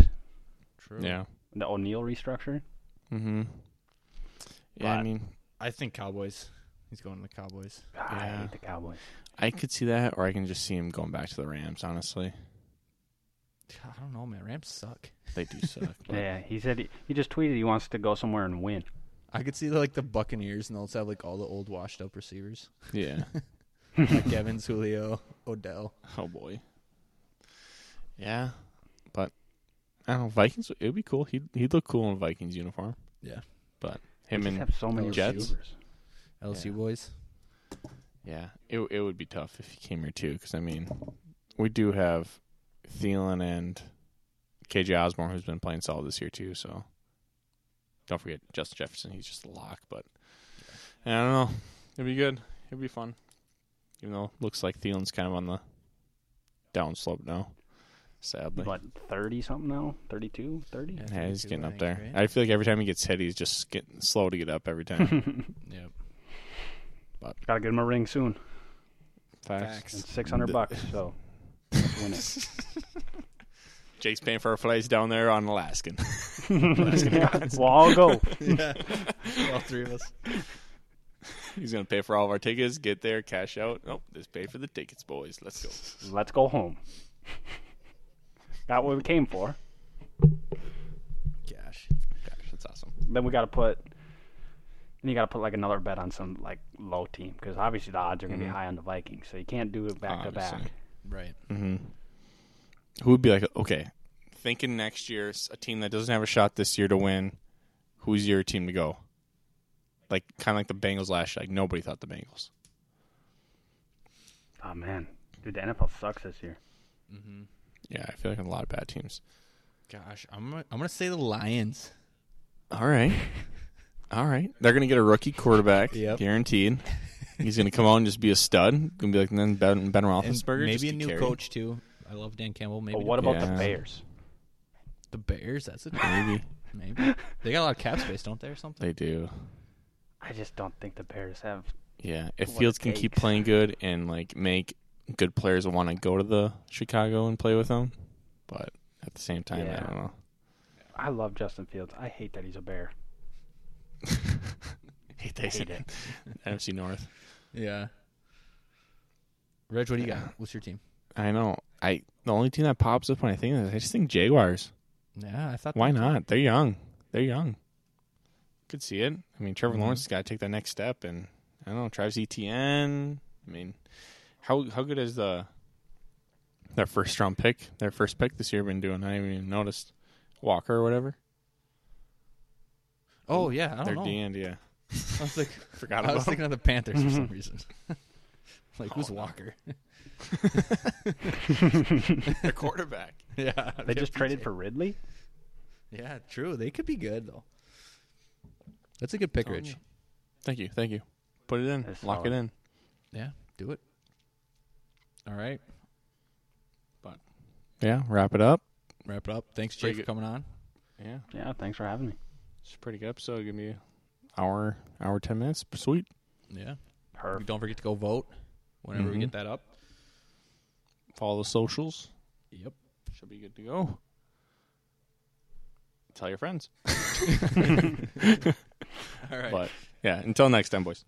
Speaker 1: True.
Speaker 2: Yeah.
Speaker 3: The O'Neal restructure.
Speaker 2: Mm-hmm. Yeah. I
Speaker 3: But-
Speaker 2: mean,
Speaker 1: I think Cowboys. He's going to the Cowboys.
Speaker 3: God, I
Speaker 2: Yeah.
Speaker 3: hate the Cowboys.
Speaker 2: I could see that, or I can just see him going back to the Rams. Honestly,
Speaker 1: I don't know, man. Rams suck.
Speaker 2: they do suck. [laughs] but-
Speaker 3: Yeah, he said he, he just tweeted he wants to go somewhere and win.
Speaker 1: I could see like the Buccaneers, and they'll just have like all the old washed up
Speaker 2: [laughs]
Speaker 1: receivers:
Speaker 2: yeah.
Speaker 1: like Evans, Julio, Odell.
Speaker 2: Oh boy. Yeah, but I don't know. Vikings. It would be cool. He'd he'd look cool in a Vikings uniform.
Speaker 1: Yeah.
Speaker 2: but
Speaker 3: They
Speaker 2: him
Speaker 3: just
Speaker 2: and
Speaker 3: have so many
Speaker 1: Jets?
Speaker 3: receivers.
Speaker 1: LSU
Speaker 2: Yeah.
Speaker 1: boys.
Speaker 2: yeah, it it would be tough if he came here too. Because I mean, we do have Thielen and KJ Osborne, who's been playing solid this year too. So don't forget Justin Jefferson. He's just a lock. But I don't know. It'd be good. It'd be fun. Even though it looks like Thielen's kind of on the down slope now, sadly.
Speaker 3: What, 30 something now? 32? 30?
Speaker 1: Yeah.
Speaker 2: Yeah, he's
Speaker 1: 32,
Speaker 2: getting
Speaker 1: I
Speaker 2: up
Speaker 1: think,
Speaker 2: there.
Speaker 1: right?
Speaker 2: I feel like every time he gets hit, he's just getting slow to get up every
Speaker 3: [laughs]
Speaker 2: time.
Speaker 1: [laughs] Yep.
Speaker 3: Gotta get him a ring soon.
Speaker 2: Facts.
Speaker 3: It's 600
Speaker 2: The-
Speaker 3: bucks, so let's win it.
Speaker 2: Jake's paying for our flights down there on Alaskan. [laughs]
Speaker 3: [laughs] yeah, well, I'll go.
Speaker 1: [laughs] all three of us.
Speaker 2: he's gonna pay for all of our tickets. Get there, cash out. Nope, just pay for the tickets, boys. Let's go.
Speaker 3: Let's go home. Got what we came for.
Speaker 1: Gosh.
Speaker 2: Gosh, that's awesome.
Speaker 3: then we got to put then you got to put like another bet on some like low team because obviously the odds are going to
Speaker 2: Mhm.
Speaker 3: be high on the Vikings, so you can't do it back to back.
Speaker 2: Obviously.
Speaker 1: Right.
Speaker 2: Mm-hmm. Who would be like, okay, thinking next year, s- a team that doesn't have a shot this year to win, who's your team to go? Like, kind of like the Bengals last year. Like, nobody thought the Bengals.
Speaker 3: Oh man, dude, the NFL sucks this year.
Speaker 1: Mm-hmm.
Speaker 2: Yeah, I feel like a lot of bad teams.
Speaker 1: Gosh, I'm gonna, I'm gonna say the Lions.
Speaker 2: All [laughs] right. All right. They're going to get a rookie quarterback,
Speaker 1: Yep.
Speaker 2: guaranteed. He's going to come out and just be a stud. Going to be like then Ben, ben
Speaker 1: And
Speaker 2: Roethlisberger. just
Speaker 1: maybe a
Speaker 2: get
Speaker 1: new
Speaker 2: carried.
Speaker 1: coach too. I love Dan Campbell. Maybe
Speaker 3: But what
Speaker 1: new
Speaker 3: about the
Speaker 2: Yeah.
Speaker 3: Bears?
Speaker 1: coach. the Bears? That's [laughs] a maybe. maybe they got a lot of cap space, don't they, or something?
Speaker 2: They do.
Speaker 3: I just don't think the Bears have.
Speaker 2: Yeah. If
Speaker 3: What
Speaker 2: Fields can keep
Speaker 3: takes.
Speaker 2: playing good and like make good players want to go to the Chicago and play with them, but at the same time,
Speaker 3: Yeah.
Speaker 2: I don't know.
Speaker 3: I love Justin Fields. I hate that he's a Bear.
Speaker 2: Hate that
Speaker 3: Hate
Speaker 2: [laughs]
Speaker 3: it.
Speaker 2: NFC North.
Speaker 1: Yeah. Reg, what do you
Speaker 2: Yeah.
Speaker 1: got? What's your team?
Speaker 2: I know. I the only team that pops up when I think of this, I just think Jaguars.
Speaker 1: Yeah, I thought.
Speaker 2: Why not? They're young. They're young. Could see it. I mean, Trevor Lawrence has got to take that next step, and I don't know. Travis Etienne. I mean, how how good is the their first round pick? Their first pick this year been doing? I haven't even noticed. Walker or whatever.
Speaker 1: Oh yeah, I don't
Speaker 2: They're
Speaker 1: know.
Speaker 2: D end, yeah. [laughs]
Speaker 1: [laughs] I was
Speaker 3: [laughs]
Speaker 1: like,
Speaker 2: Forgot
Speaker 1: I was
Speaker 2: about. him.
Speaker 1: thinking of the Panthers for some reason. [laughs] like who's Walker? [laughs]
Speaker 3: [laughs]
Speaker 2: the quarterback.
Speaker 1: [laughs] yeah,
Speaker 3: They just traded for Ridley.
Speaker 1: Yeah, true. They could be good though. That's a good pick,
Speaker 2: Telling
Speaker 1: Rich.
Speaker 2: you. Thank you, thank you. Put it in.
Speaker 3: That's
Speaker 2: Lock
Speaker 3: solid.
Speaker 2: it in.
Speaker 1: Yeah, do it. All right,
Speaker 2: Yeah, wrap it up.
Speaker 1: wrap it up. Thanks, Jay,
Speaker 2: Pretty
Speaker 1: for
Speaker 2: good.
Speaker 1: coming on.
Speaker 2: Yeah,
Speaker 3: Yeah, thanks for having me.
Speaker 2: it's a pretty good episode. Give me an hour, hour ten minutes. Sweet.
Speaker 1: Yeah,
Speaker 3: Her.
Speaker 1: don't forget to go vote whenever we
Speaker 2: Mhm.
Speaker 1: get that up.
Speaker 2: Follow the socials.
Speaker 1: Yep. [laughs]
Speaker 2: Should be good to go. Tell your [laughs] friends.
Speaker 1: All right.
Speaker 2: But yeah, until next time, boys.